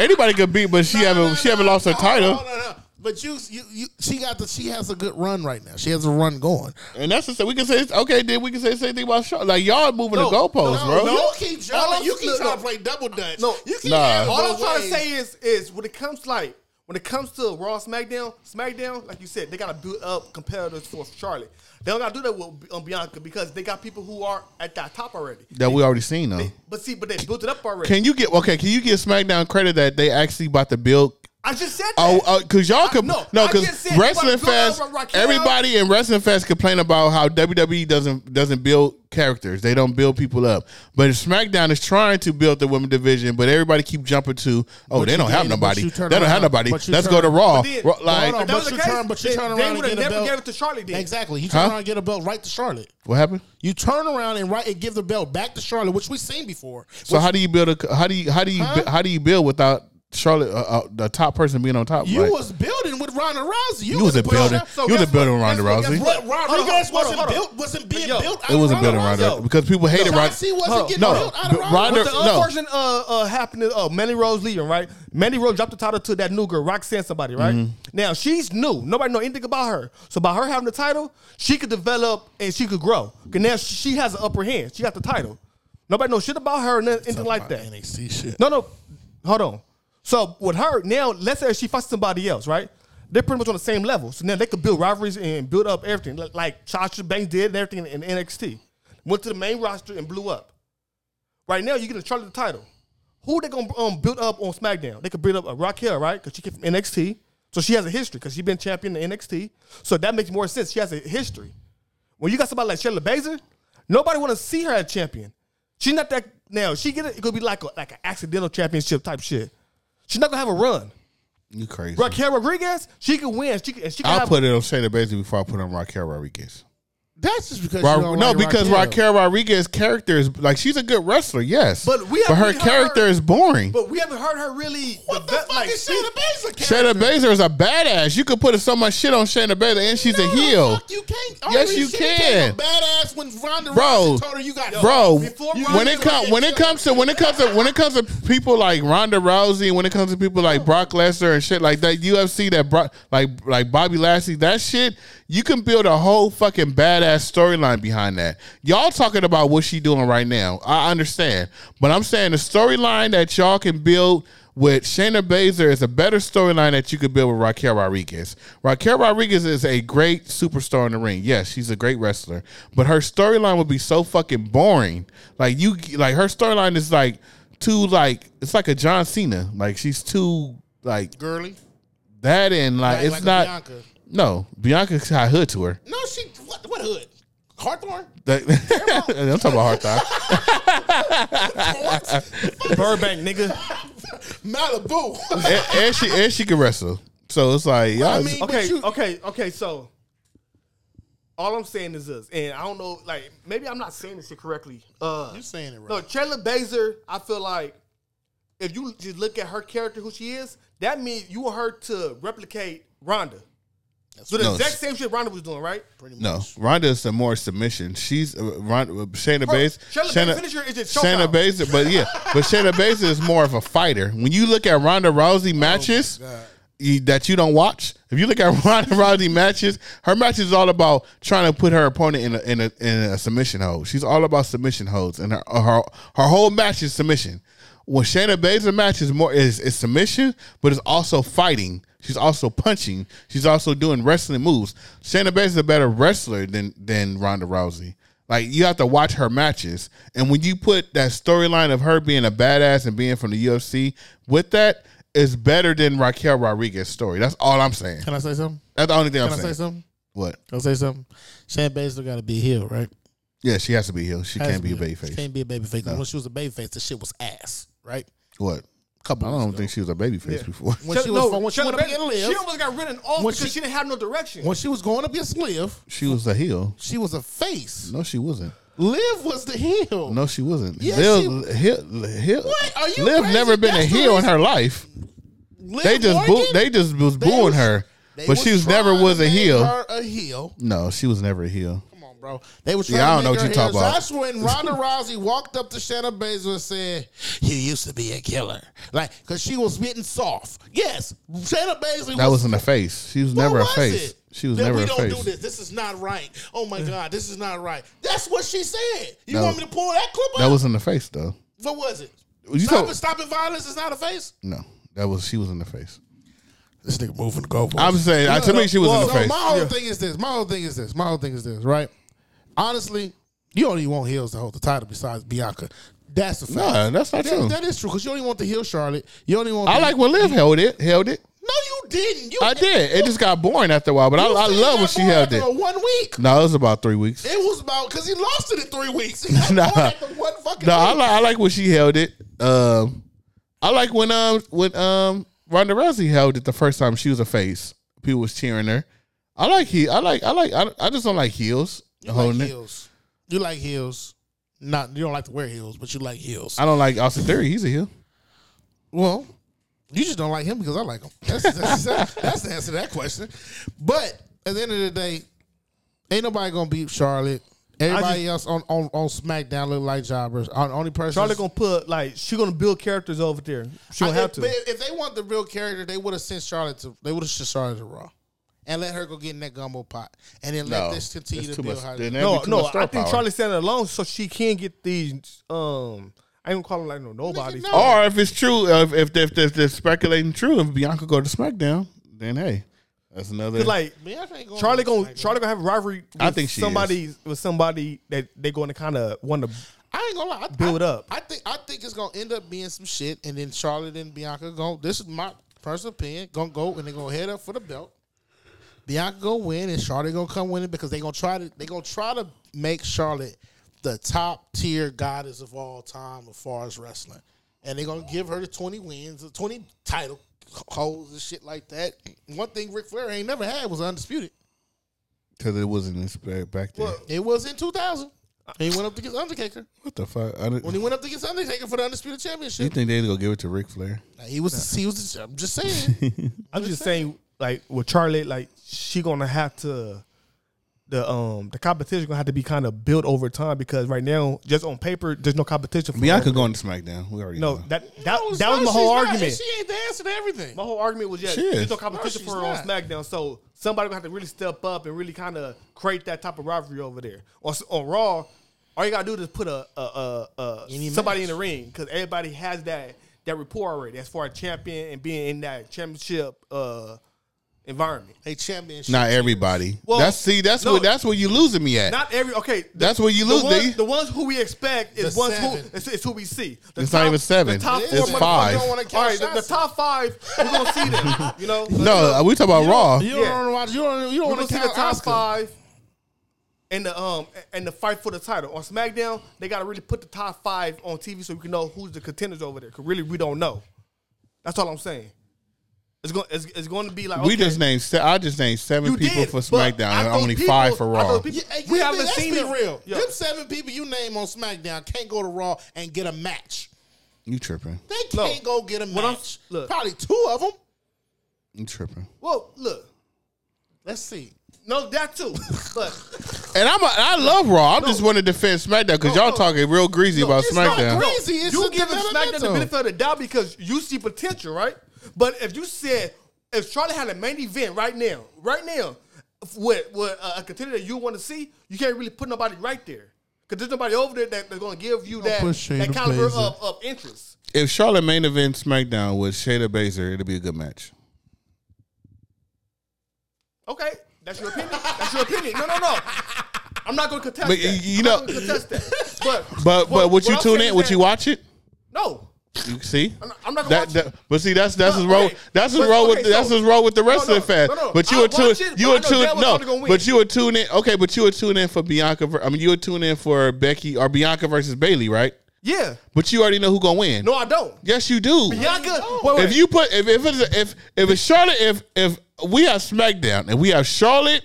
C: Anybody could beat, but she haven't. she haven't lost her title.
B: No, no, no. But you, you, you, she got the. She has a good run right now. She has a run going.
C: And that's the same. We can say it's- okay. Then we can say the same thing about Charlotte. Like y'all moving
A: No,
C: the goalposts,
A: no,
C: bro.
A: no.
B: you keep
A: All
B: trying.
A: I'm-
B: You keep
A: look,
B: trying
A: no.
B: to play double dutch.
A: No.
B: you keep.
C: Nah.
B: having
A: All I'm
B: both
A: trying to
B: ways.
A: say is, is when it comes like when it comes to Raw SmackDown, SmackDown, like you said, they gotta build up competitors for Charlotte. They don't gotta do that with on Bianca because they got people who are at that top already.
C: That we already seen though.
A: But see, but they built it up already.
C: Can you get okay? Can you give SmackDown credit that they actually about to build?
A: I just said that.
C: Oh, uh 'cause cause y'all
A: I-
C: could
A: no,
C: no,
A: I
C: cause
A: just said
C: wrestling
A: everybody go
C: fans,
A: over Raquel.
C: everybody in wrestling fans complain about how WWE doesn't doesn't build characters, they don't build people up. But if SmackDown is trying to build the women division, but everybody keep jumping to, oh,
B: But
C: they
B: you
C: don't have
B: did, but
C: nobody,
B: you
C: they don't
B: turn
C: have
B: around,
C: nobody.
B: but you
C: Let's
B: turn-
C: go to Raw,
A: But then-
C: Raw- like
B: Hold on,
A: If that was
B: but
A: the
B: you
A: case,
B: turn, but you
A: they-
B: turn around.
A: they
B: and
A: would've
B: get a
A: never
B: belt.
A: gave it to Charlotte then.
B: Exactly. You turn
C: Huh?
B: around and get a belt right to Charlotte.
C: what happened?
B: You turn around and right and give the belt back to Charlotte, which we've seen before.
C: So how do you build a how do you how do you
B: Huh?
C: how do you build without Charlotte, uh, uh, the top person being on top?
B: You
C: right?
B: was building with Ronda Rousey. You,
C: You was a
B: put on
C: builder.
B: that-
C: You was a
A: guess
C: builder,
A: what?
C: Ronda
A: Guess what? Guess
C: Ronda Rousey.
A: what?
B: But
A: Hold on,
B: Rodriguez
A: hold on,
B: wasn't
A: hold on.
B: built. Wasn't being
A: yo,
B: built. Out
C: It was a
B: of
C: building
B: Ronda
C: Ronda
B: Rousey.
C: Rousey because people hated Ronda.
B: Rousey wasn't
A: Huh.
B: getting
C: No,
B: built out of
C: but
B: Ronda.
C: Ronda-
A: But the
C: no.
A: unfortunate uh, uh, happening, uh, Mandy Rose leaving, right? Mandy Rose dropped the title to that new girl, Roxanne somebody, right? Now she's new. Nobody know anything about her. So by her having the title, she could develop and she could grow. And now she she has an upper hand. She got the title. Nobody knows shit about her or nothing- anything like that.
B: NXT shit.
A: No, no. Hold on. So with her now, let's say she fights somebody else, right? They're pretty much on the same level. So now they could build rivalries and build up everything, like- like Sasha Banks did and everything in NXT. Went to the main roster and blew up. Right now, you get a Charlotte the title. Who they gonna um, build up on SmackDown? They could build up a Raquel, right? Because she came from NXT, so she has a history because she's been champion in NXT. So that makes more sense. She has a history. When you got somebody like Shayla Baszler, nobody want to see her as champion. She's not that now. She get it. It could be like a, like an accidental championship type shit. She's not gonna have a run.
C: You crazy?
A: Raquel Rodriguez, she can win. She can. And she can
C: I'll
A: have,
C: put it on Shayna Baszler before I put on Raquel Rodriguez.
B: That's just because
C: Ra-
B: you don't
C: no,
B: like
C: because
B: Raquel.
C: Raquel Rodriguez' character is like she's a good wrestler, yes,
A: But we
C: but her
A: haven't really
C: character
A: heard-
C: is boring.
A: But we haven't heard her really.
B: What the
A: develop-
B: fuck is
A: she-
B: Shayna Baszler?
C: Shayna
B: character?
C: Baszler is a badass. You could put so much shit on Shayna Baszler, and she's a
B: No,
C: heel.
B: fuck, you can't.
C: Yes,
B: Only
C: you
B: she became
C: can.
B: a Badass when Ronda
C: Bro,
B: Rousey told her you got
C: Bro,
A: before
C: when
A: Ronda
C: it comes when it
B: Rousey-
C: comes to when it comes to when it comes to people like Ronda Rousey, when it comes to people like Brock Lesnar and shit like that, UFC that brought like like Bobby Lashley, that shit, you can build a whole fucking badass storyline behind that. Y'all talking about what she doing right now? I understand, but I'm saying the storyline that y'all can build with Shayna Baszler is a better storyline that you could build with Raquel Rodriguez. Raquel Rodriguez is a great superstar in the ring. Yes, she's a great wrestler, but her storyline would be so fucking boring. Like you, like her storyline is like too like it's like a John Cena. Like she's too like
B: Girly.
C: that and like,
B: Like-
C: it's
B: like a
C: not.
B: Bianca.
C: No, Bianca got hood to her.
B: No, she what what hood? Hawthorne?
C: That- I'm talking about hard time.
A: Burbank, nigga.
B: Malibu.
C: and, and she and she can wrestle. So it's like y'all.
B: I mean,
A: Okay,
B: but you,
A: okay, okay. So all I'm saying is this, and I don't know, like maybe I'm not saying this shit correctly. Uh,
B: you're saying it right.
A: No, Chandler Baser, I feel like if you just look at her character, who she is, that means you want her to replicate Ronda. So the
C: No,
A: exact
C: she-
A: same shit Ronda was doing, right?
B: pretty
C: no, Ronda is a more submission. She's uh, Ronda, uh, Shayna Baszler.
A: Shayna Baszler finisher is just
C: Shayna
A: chokeout.
C: Baszler, but yeah, but Shayna Baszler is more of a fighter. When you look at Ronda
A: Oh
C: Rousey matches you, that you don't watch, if you look at Ronda Rousey matches, her matches is all about trying to put her opponent in a, in a, in a submission hold. She's all about submission holds, and her her her whole match is submission. When Shayna Baszler match is more is, is submission, but it's also fighting. She's also punching. She's also doing wrestling moves. Shayna Baszler is a better wrestler than than Ronda Rousey. Like you have to watch her matches, and when you put that storyline of her being a badass and being from the UFC with that, it's better than Raquel Rodriguez story. That's all I'm saying.
B: Can I say something?
C: That's the only thing I'm
B: Can I
C: saying.
B: say something?
C: What?
B: Can I say something? Shane Baszler got to be healed, right?
C: Yeah, she has to be healed. She
B: Has
C: can't
B: to
C: be a
B: healed. She
C: babyface.
B: Can't be a baby face. When she was a baby face, the shit was ass, right?
C: What?
B: Couple.
C: I
B: years
C: don't
B: ago.
C: think she was a babyface before.
B: when she was
A: no,
B: when she
A: Shayna
B: went up
A: Baszler-
B: against
A: she
B: Liv.
A: almost got ridden off
B: When
A: because she,
B: she-
A: didn't have no direction.
B: When she was going up against Liv,
C: She was a heel.
B: she was a face.
C: No, she wasn't.
B: Liv was the heel.
C: No, she wasn't.
B: Yeah,
C: Liv, Hill,
B: What? Are you
C: Liv
B: crazy?
C: never been
B: That's
C: a
B: the
C: heel in
B: reason-
C: her life.
B: Liv
C: They just
B: Morgan,
C: boo- they just was
B: they
C: booing
B: was-
C: her,
B: they
C: but she was never
B: trying to
C: was a
B: make
C: heel.
B: Her a heel.
C: No, she was never a heel.
B: Come on, bro. They was trying
C: Yeah, I
B: to
C: don't
B: make
C: know
B: her
C: what you
B: heel.
C: talking about.
B: That's when Ronda Rousey walked up to Shayna Baszler and said, "You used to be a killer," like because she was getting soft. Yes, Shayna Baszler.
C: That
B: was
C: wasn't a face. She was
B: What
C: never a
B: was
C: face.
B: it?
C: She was
B: That
C: never
B: we
C: a
B: don't do
C: face.
B: this. This is not right. Oh my god, this is not right. That's what she said. You
C: No.
B: want me to pull that clip
C: That
B: up?
C: wasn't a face though.
B: what was it?
C: You
B: Stop
C: told-
B: it, stopping violence is not a face.
C: No, that was she was in the face.
B: This nigga moving the goalpost.
C: I'm saying I to me she was in the
B: So
C: face.
B: my whole thing is this. My whole thing is this. My whole thing is this. Right? Honestly, you only want heels to hold the title besides Bianca. That's the fact.
C: Nah, that's not
B: That-
C: true.
B: that is true because you only want the heel Charlotte. You only want.
C: I
B: the-
C: like when Liv held it. Held it.
B: No, you didn't. You,
C: I did. It just got boring after a while, but I,
B: you
C: I
B: said
C: love when
B: that
C: she
B: boy
C: held it.
B: after One week.
C: No, it was about three weeks.
B: It was about because he lost it in three weeks. He got
C: Nah.
B: bored after one fucking
C: No, I
B: week.
C: like I like when she held it. Um, I like when um when um Ronda Rousey held it the first time she was a face. People was cheering her. I like he. I like I like I, I just don't like heels
B: You
C: holding
B: like
C: it.
B: heels. You like heels. Not you don't like to wear heels, but you like heels.
C: I don't like Austin Theory. He's a heel.
B: Well, you just don't like him because I like him. That's, that's, that's the answer to that question. But at the end of the day, ain't nobody gonna beat Charlotte. Everybody else on, on, on SmackDown look like jobbers. Our only person
A: Charlotte gonna put like she gonna build characters over there. She
B: I-
A: gonna have
B: if, but
A: to.
B: if they want the real character, they would have sent Charlotte to they would have sent Charlotte to Raw. And let her go get in that gumbo pot. And then let this continue
C: it's
B: to
C: too
B: build
C: much-
B: her.
C: then that'd
A: No,
C: be too
A: no,
C: much star
A: I think
C: power.
A: Charlotte standing alone so she can get these. Um, I ain't gonna call them like no nobodies.
B: no.
C: Or if it's true, if if if, if they're speculating true, if Bianca go to SmackDown, then hey, that's another.
A: 'Cause, like
B: Bianca ain't going
A: Charlie
B: to
A: gonna Charlie gonna have a rivalry. With
C: I think she
A: somebody with somebody that they going to kind of want to.
B: I ain't gonna lie. I,
A: Build
B: I-
A: up.
B: I think I think it's gonna end up being some shit, and then Charlotte and Bianca go. This is my personal opinion. Gonna go and they gonna head up for the belt. Bianca gonna win, and Charlotte gonna come winning because they gonna try to they gonna try to make Charlotte the top tier goddess of all time as far as wrestling, and they gonna give her the twenty wins, the twenty title holds, and shit like that. One thing Ric Flair ain't never had was undisputed.
C: because it wasn't in spec- back then.
B: It was in two thousand. He went up against Undertaker.
C: what the fuck? I didn't,
B: When he went up against Undertaker for the Undisputed Championship.
C: you think they gonna give it to Ric Flair?
B: Now, He was. He was. I'm just saying.
A: I'm just saying, like with Charlotte, like she gonna have to. The um the competition gonna have to be kind of built over time because right now just on paper there's no competition. For
C: Bianca
A: her.
C: going to SmackDown. We already
A: no
C: know.
A: that that,
B: No, it's
A: that was
B: not.
A: my whole
B: She's not.
A: argument.
B: She ain't the answer to everything.
A: My whole argument was yeah,
C: She is.
A: there's no competition
B: No,
A: for her on
B: she's
A: SmackDown, so somebody gonna have to really step up and really kind of create that type of rivalry over there. On, s- on Raw, all you gotta do is put a, a, a, a
B: Any
A: somebody
B: match.
A: in the ring because everybody has that that rapport already as far as champion and being in that championship uh, environment.
B: A championship.
C: Not everybody.
A: Well,
C: that's see, that's
A: no.
C: what that's where you losing me at.
A: Not every okay. the-
C: That's where you lose,
A: The ones,
C: nigga.
A: the ones who we expect is
B: The
A: ones who
B: seven.
A: it's, it's who we see. The
C: It's not even seven.
A: The top
C: It
A: four
C: is
A: motherfuckers
C: five.
A: don't wanna count All right, the, the top five we're gonna see them. You know,
C: no, we talking about Raw.
B: You don't
A: Yeah.
B: want to watch. You don't. You
A: we're
B: don't
A: gonna
B: want
A: see
B: to
A: the
B: count
A: top
B: Oscar.
A: five. And the um and the fight for the title on SmackDown, they gotta really put the top five on TV so we can know who's the contenders over there. Cause really, we don't know. That's all I'm saying. It's going it's, it's going to be like
C: We
A: okay,
C: just named. se- I just named seven
A: you
C: people
A: did,
C: for
A: but
C: SmackDown
A: out
C: and
A: those
C: only
A: people-
C: five for
A: out
C: Raw.
A: those people-
B: Yeah, hey,
A: we
B: yeah,
A: haven't
B: let's
A: seen
B: be
A: them.
B: real.
A: Yeah.
B: Them seven people you name on SmackDown can't go to Raw and get a match.
C: You tripping?
B: They
A: No.
B: can't go get a
A: What I'm-
B: match.
A: look.
B: Probably two of them.
C: You tripping?
A: Well, look,
B: Let's see.
A: no, that too, but
C: And I'm a, I love Raw. I'm just want to defend SmackDown because y'all
A: no.
C: talking real greasy about
B: it's not
C: SmackDown.
B: greasy. It's
A: you
B: a
A: giving SmackDown the
B: developmental.
A: benefit of the doubt because you see potential, right? But if you said if Charlotte had a main event right now, right now, with with a, a contender that you want to see, you can't really put nobody right there because there's nobody over there that, that's going to give you that
B: put Shayna
A: that caliber
B: Baszler.
A: of, of interest.
C: If Charlotte main event SmackDown with Shayna Baszler, it'll be a good match.
A: Okay, that's your opinion. That's your opinion. No, no, no. I'm not going to contest
C: But
A: that.
C: you
A: I'm
C: know-
A: not gonna contest that. But
C: But but would you
A: I'm
C: tune
A: saying
C: in?
A: is
C: Would you
A: that-
C: watch it?
A: No.
C: You see?
A: I'm not- I'm not gonna
C: that,
A: watch
C: that- But see, that's that's what's
A: No,
C: wrong.
A: okay.
C: That's what's
A: But-
C: wrong with
A: okay,
C: that's
A: so-
C: what's wrong with the
A: no, no,
C: wrestling fans.
A: no, no.
C: But you
A: I'll
C: would tune.
A: watch it,
C: You
A: but I
C: would
A: know
C: tune.
A: Dad was probably gonna
C: No,
A: win.
C: but you would tune in. Okay, but you would tune in for Bianca. ver- I mean, you would tune in for Becky or Bianca versus Bailey, right?
A: Yeah.
C: But you already know who gonna win.
A: No, I don't.
C: Yes, you do.
A: Bianca. Wait, wait.
C: If you put if if it's if if it's Charlotte if if we have SmackDown and we have Charlotte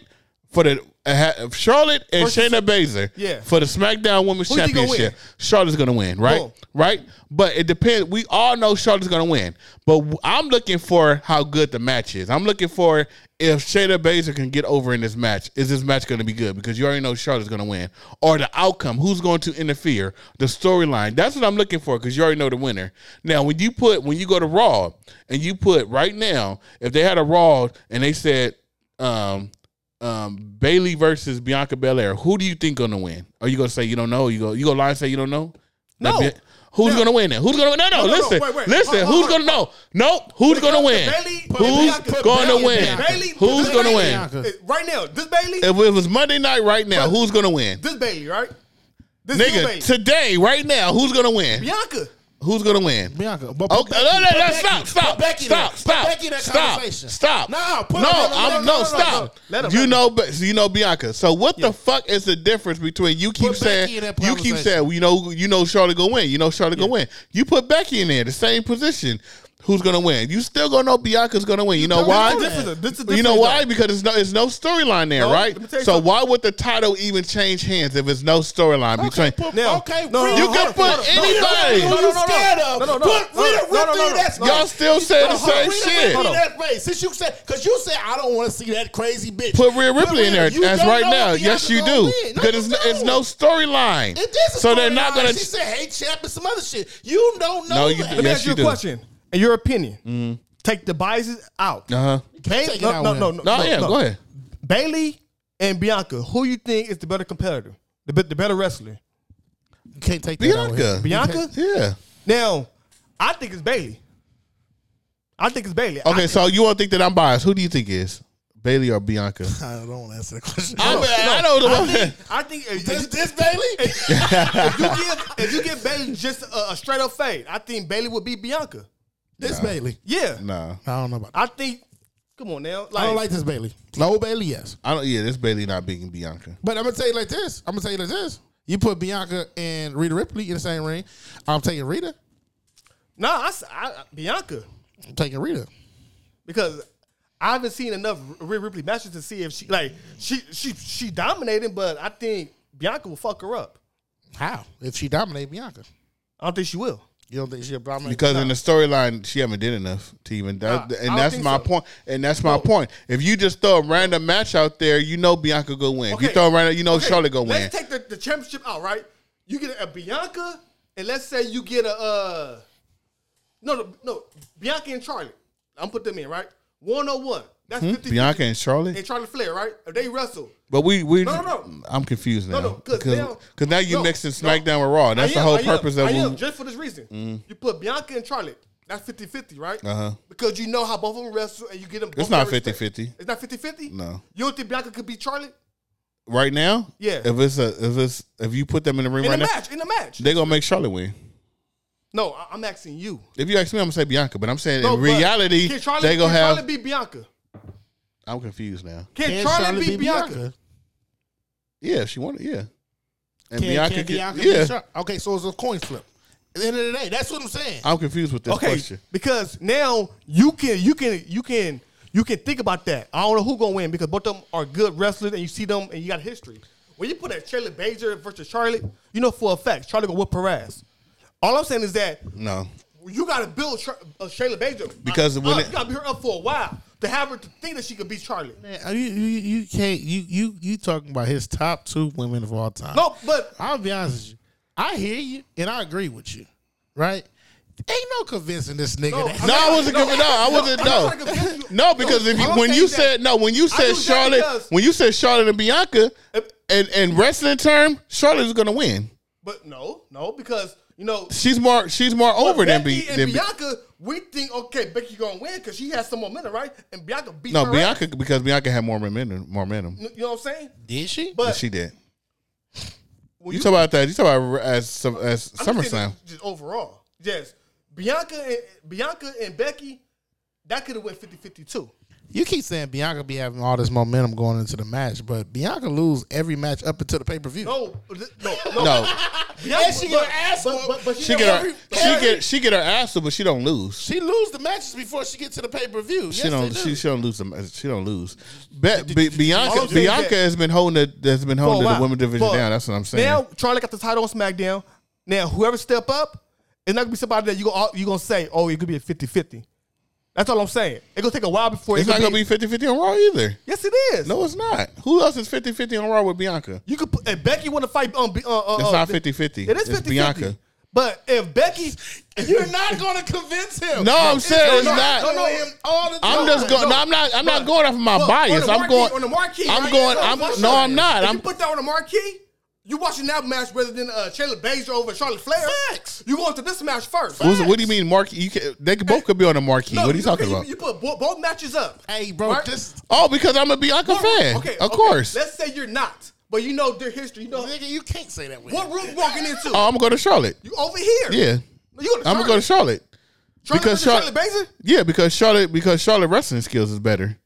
C: for the uh, ha- Charlotte and
A: Versus-
C: Shayna Baszler
A: Yeah.
C: for the SmackDown Women's
A: Who you think gonna
C: Championship,
A: win?
C: Charlotte's gonna win, right?
A: Boom.
C: Right? But it depends. We all know Charlotte's gonna win, but w- I'm looking for how good the match is. I'm looking for if Shayna Baszler can get over in this match. Is this match gonna be good? Because you already know Charlotte's gonna win, or the outcome. Who's going to interfere? The storyline. That's what I'm looking for because you already know the winner. Now, when you put when you go to Raw and you put right now, if they had a Raw and they said. um um, Bailey versus Bianca Belair, who do you think gonna win? Are you gonna say you don't know? You go you gonna lie and say you don't know?
A: No.
C: That Bi- who's
A: No.
C: gonna win? Then who's gonna win? No, no,
A: No, no, no.
C: listen,
A: Wait, wait.
C: listen.
A: Hold, hold,
C: who's
A: hold.
C: gonna know? No, who's gonna
A: Because
C: win?
A: the Bailey- put
C: who's
A: Bianca-
C: gonna
B: Bailey-
C: win?
A: Bailey-
C: who's
A: this
C: gonna
A: Bailey-
C: win?
A: Uh, Right now, this Bailey,
C: If it was Monday night right now, who's gonna win?
A: this Bailey, right? This new Bailey.
C: Nigga, today, right now, who's gonna win?
A: Bianca.
C: Who's gonna win?
B: Bianca, but put
C: Okay, no, no,
B: Becky-
C: no,
B: put
C: stop,
B: Becky-
C: stop,
B: put Becky
C: stop,
B: there. Put
C: stop,
B: Becky in that
C: stop,
B: conversation.
C: stop.
B: No, put
C: no,
B: her in that-
C: I'm
A: no,
C: no,
A: no, no,
C: stop.
A: no. Let him,
C: you
A: let
C: know, but you know Bianca. So what the fuck is the difference between you keep
B: Put Becky in
C: saying
B: that
C: you keep
B: conversation.
C: saying you know you know Charlotte gonna win, you know Charlotte gonna win. You put Becky in there, the same position. Who's gonna win? You still gonna know Bianca's gonna win. You know
A: don't
C: why?
A: know that. This is
C: you know
A: different,
C: why?
A: though.
C: Because it's no, it's no storyline there,
A: No,
C: right?
A: let me tell you
C: So
A: something.
C: why would the title even change hands if it's no storyline between?
B: put-
A: Now,
B: okay,
A: no,
B: Rhea
A: no,
C: You
A: hold
C: can
A: on,
C: put
A: hold on, no,
C: anybody.
A: No, no, no, no,
B: Who you scared of?
A: no, no, no, no,
B: Put Rhea
A: no, no,
B: Ripley
A: no, no,
B: that's-
A: no.
C: Y'all still saying the
A: Hold on,
C: same
B: Rhea Ripley
C: shit.
A: Hold on.
B: that face. Since you said, because you said I don't want to see that crazy bitch.
C: Put Rhea Ripley in there
B: You
C: as
B: don't
C: right
B: know
C: now.
B: if
C: Yes,
B: Bianca
C: you
B: gonna
C: do.
B: win. No,
C: Because it's,
B: you
C: no- it's
B: don't.
C: no storyline.
B: It is a
C: So they're not
B: storyline.
C: gonna.
B: She said, "Hey, champ," and some other shit. You don't know.
C: No, you
B: that.
C: do-
A: Let me
C: Yes,
A: ask
C: you
A: you a
C: do. Mm-hmm.
A: question. In your opinion, take the biases out.
C: Uh huh.
A: Bailey,
B: Take it
A: no,
B: out
A: no,
B: when-
A: no, no,
C: No,
A: no,
C: yeah,
A: no.
C: go ahead.
A: Bailey and Bianca, who you think is the better competitor, the, be- the better wrestler?
B: You can't take that out
C: Bianca.
B: here.
A: Bianca?
C: Yeah.
A: Now, I think it's Bailey. I think it's Bailey. I
C: Okay, so you won't think that I'm biased. Who do you think is Bailey or Bianca?
B: I don't want to answer the question.
C: I, mean, I know the
A: I
C: one.
A: think, I think if,
B: This,
A: if,
B: this Bailey?
A: you give if you give Bailey just a, a straight up fade, I think Bailey would beat Bianca.
B: This Bailey?
A: Yeah,
C: Nah,
B: I don't know about. That.
A: I think. Come on now,
B: I don't like this Bailey. Low Bailey, yes.
C: I don't. Yeah, this Bailey not beating Bianca.
B: But I'm gonna tell you like this. I'm gonna tell you like this. You put Bianca and Rita Ripley in the same ring. I'm taking Rita.
A: Nah, I s I Bianca
B: I'm taking Rita.
A: because I haven't seen enough Rhea Ripley matches to see if she like she she she dominating, but I think Bianca will fuck her up.
B: How? If she dominate Bianca,
A: I don't think she will.
B: you don't think she'll dominate?
C: Because in the storyline, she haven't did enough to even. That,
A: Nah, I
C: and
A: don't
C: that's
A: think
C: my
A: so.
C: point. And that's my point. If you just throw a random match out there, you know Bianca go win. If you
A: Okay.
C: throw a random, you know
A: Okay,
C: Charlotte go win.
A: Let's take the, the championship out, right? You get a, Bianca, and let's say you get a uh, no, no, no, Bianca and Charlotte. I'm put them in, right? One on one. That's 50
C: Hmm? Bianca and Charlotte.
A: and Charlotte Flair, right? If they wrestle,
C: But we we
A: No, no, no.
C: I'm confused now.
A: No, no, 'cause
C: because
A: now-
C: 'cause now you
A: no,
C: mixing
A: no.
C: SmackDown with Raw. That's
A: I
C: the
A: am,
C: whole
A: I am,
C: purpose
A: I am,
C: of. Mm.
A: just for this reason. You put Bianca and Charlotte. That's 50 50, right?
C: Uh huh.
A: Because you know how both of them wrestle and you get them.
C: It's
A: both
C: not
A: their respect.
C: 50-50.
A: It's not 50 50?
C: No.
A: You don't think Bianca could beat Charlotte?
C: Right now,
A: Yeah.
C: If it's a if it's if you put them in the ring
A: In a
C: right now,
A: match, in a match.
C: they gonna make Charlotte win.
A: No, I- I'm asking you.
C: If you ask me, I'm gonna say Bianca, but I'm saying
A: No,
C: in
A: but
C: reality,
A: can Charlotte,
C: they gonna
A: can
C: have.
A: Charlotte beat Bianca?
C: I'm confused now.
A: Can,
B: Can
A: Charlotte, beat Bianca?
C: Yeah, she won it. Yeah, and
B: Can Bianca, can Bianca
C: yeah,
B: beat Charlotte? Okay, so it's a coin flip. At the end of the day, that's what I'm saying.
C: I'm confused with this
A: Okay,
C: question.
A: because now you can you can you can you can think about that. I don't know who gonna win because both of them are good wrestlers and you see them and you got history. When you put a Charlotte Bager versus Charlotte, you know for a fact Charlotte gonna whip her ass. All I'm saying is that
C: No,
A: you gotta build Char- uh, Charlotte Bager
C: Because
A: up.
C: when it-
A: you gotta be her up for a while to have her to think that she could beat Charlotte.
B: Man, you, you you can't you you you talking about his top two women of all time.
A: No, but
B: I'll be honest with you. I hear you and I agree with you. Right? Ain't no convincing this nigga.
A: No,
B: that-
A: I'm
C: no,
A: not-
C: I wasn't
A: no,
C: giving. No, I
A: no,
C: wasn't.
A: I'm
C: No,
A: not trying to confuse you.
C: no, because
A: No,
C: if you,
A: all I'm
C: when
A: saying
C: you said
A: that-
C: no, when you said
A: do that
C: Charlotte,
A: because-
C: when you said Charlotte and Bianca, and and wrestling term, Charlotte is gonna win.
A: but no, no, because you know
C: She's more she's more over than
A: Becky
C: Be-
A: and
C: than Be-
A: Bianca. we think okay, Becky gonna win because she has some momentum, right? And Bianca beat
C: No,
A: her ass.
C: Bianca because Bianca had more momentum. More momentum.
A: You know what I'm saying?
B: Did she?
A: But
C: She did.
A: when
C: You talk about that. You talk about as as
A: I'm just
C: SummerSlam.
A: saying Just overall, yes. Bianca and Bianca and Becky, that could have went 50-50 too.
B: You keep saying Bianca be having all this momentum going into the match, but Bianca lose every match up until the pay per view.
A: No, no, no.
C: No,
A: Bianca,
B: And she get her ass
A: but,
B: whooped.
A: but, but
C: she
A: know
C: get her
A: every-
C: she get she get her ass, up, but she don't lose.
B: She lose the matches before she get to the pay per view.
C: She
B: yes,
C: don't.
B: they
C: She,
B: do.
C: she don't lose. Them. She don't lose. Be, Be- Bianca.
A: I'm saying
C: Bianca
A: that-
C: has been holding. The, has been
A: for a
C: holding the
A: while.
C: women division
A: But
C: down. That's what I'm saying.
A: Now Charlotte got the title on SmackDown. Now whoever step up, it's not gonna be somebody that you go you gonna say, oh, it could be a 50-50. That's all I'm saying. It's gonna take a while before
C: it's
A: it
C: not
A: could
C: gonna be 50-50 on Raw either.
A: Yes, it is.
C: No, it's not. Who else is 50-50 on Raw with Bianca?
A: You could put, if Becky want to fight on. Um, uh, uh,
C: It's
A: uh,
C: not 50-50.
A: It is
C: It's
A: 50
C: Bianca.
A: But if Becky,
B: You're not going to convince him.
C: No, I'm saying it's
A: no,
C: not.
A: no, no,
B: him all the
C: I'm
B: time.
C: just going. No, I'm not. I'm not going off of my bias.
A: on the
C: I'm
A: marquee-
C: going
A: on the marquee.
C: I'm
A: right?
C: going-
A: That's
C: I'm-
A: what
C: no, I'm
A: saying.
C: not.
A: If
C: I'm-
A: you put that on the marquee. You watching that match rather than uh, Charlotte Baszler over Charlotte Flair.
B: Facts.
A: You going to this match first.
C: What's- what do you mean, Mark? You can, they could- both could be on the marquee.
A: No,
C: what are you talking
A: you,
C: about?
A: You put both, both matches up.
B: Hey, bro,
A: Right?
B: this
C: oh, because I'm a Bianca fan. of course.
A: Let's say you're not, but you know their history. You know
B: nigga, you can't say that. With
A: what
B: him.
A: room you walking into.
C: Oh, I'm gonna go to Charlotte.
A: you over here.
C: Yeah,
A: You
C: I'm gonna go to Charlotte.
A: Charlotte versus
C: because Char-
A: Charlotte Baszler.
C: Yeah, because Charlotte because Charlotte wrestling skills is better.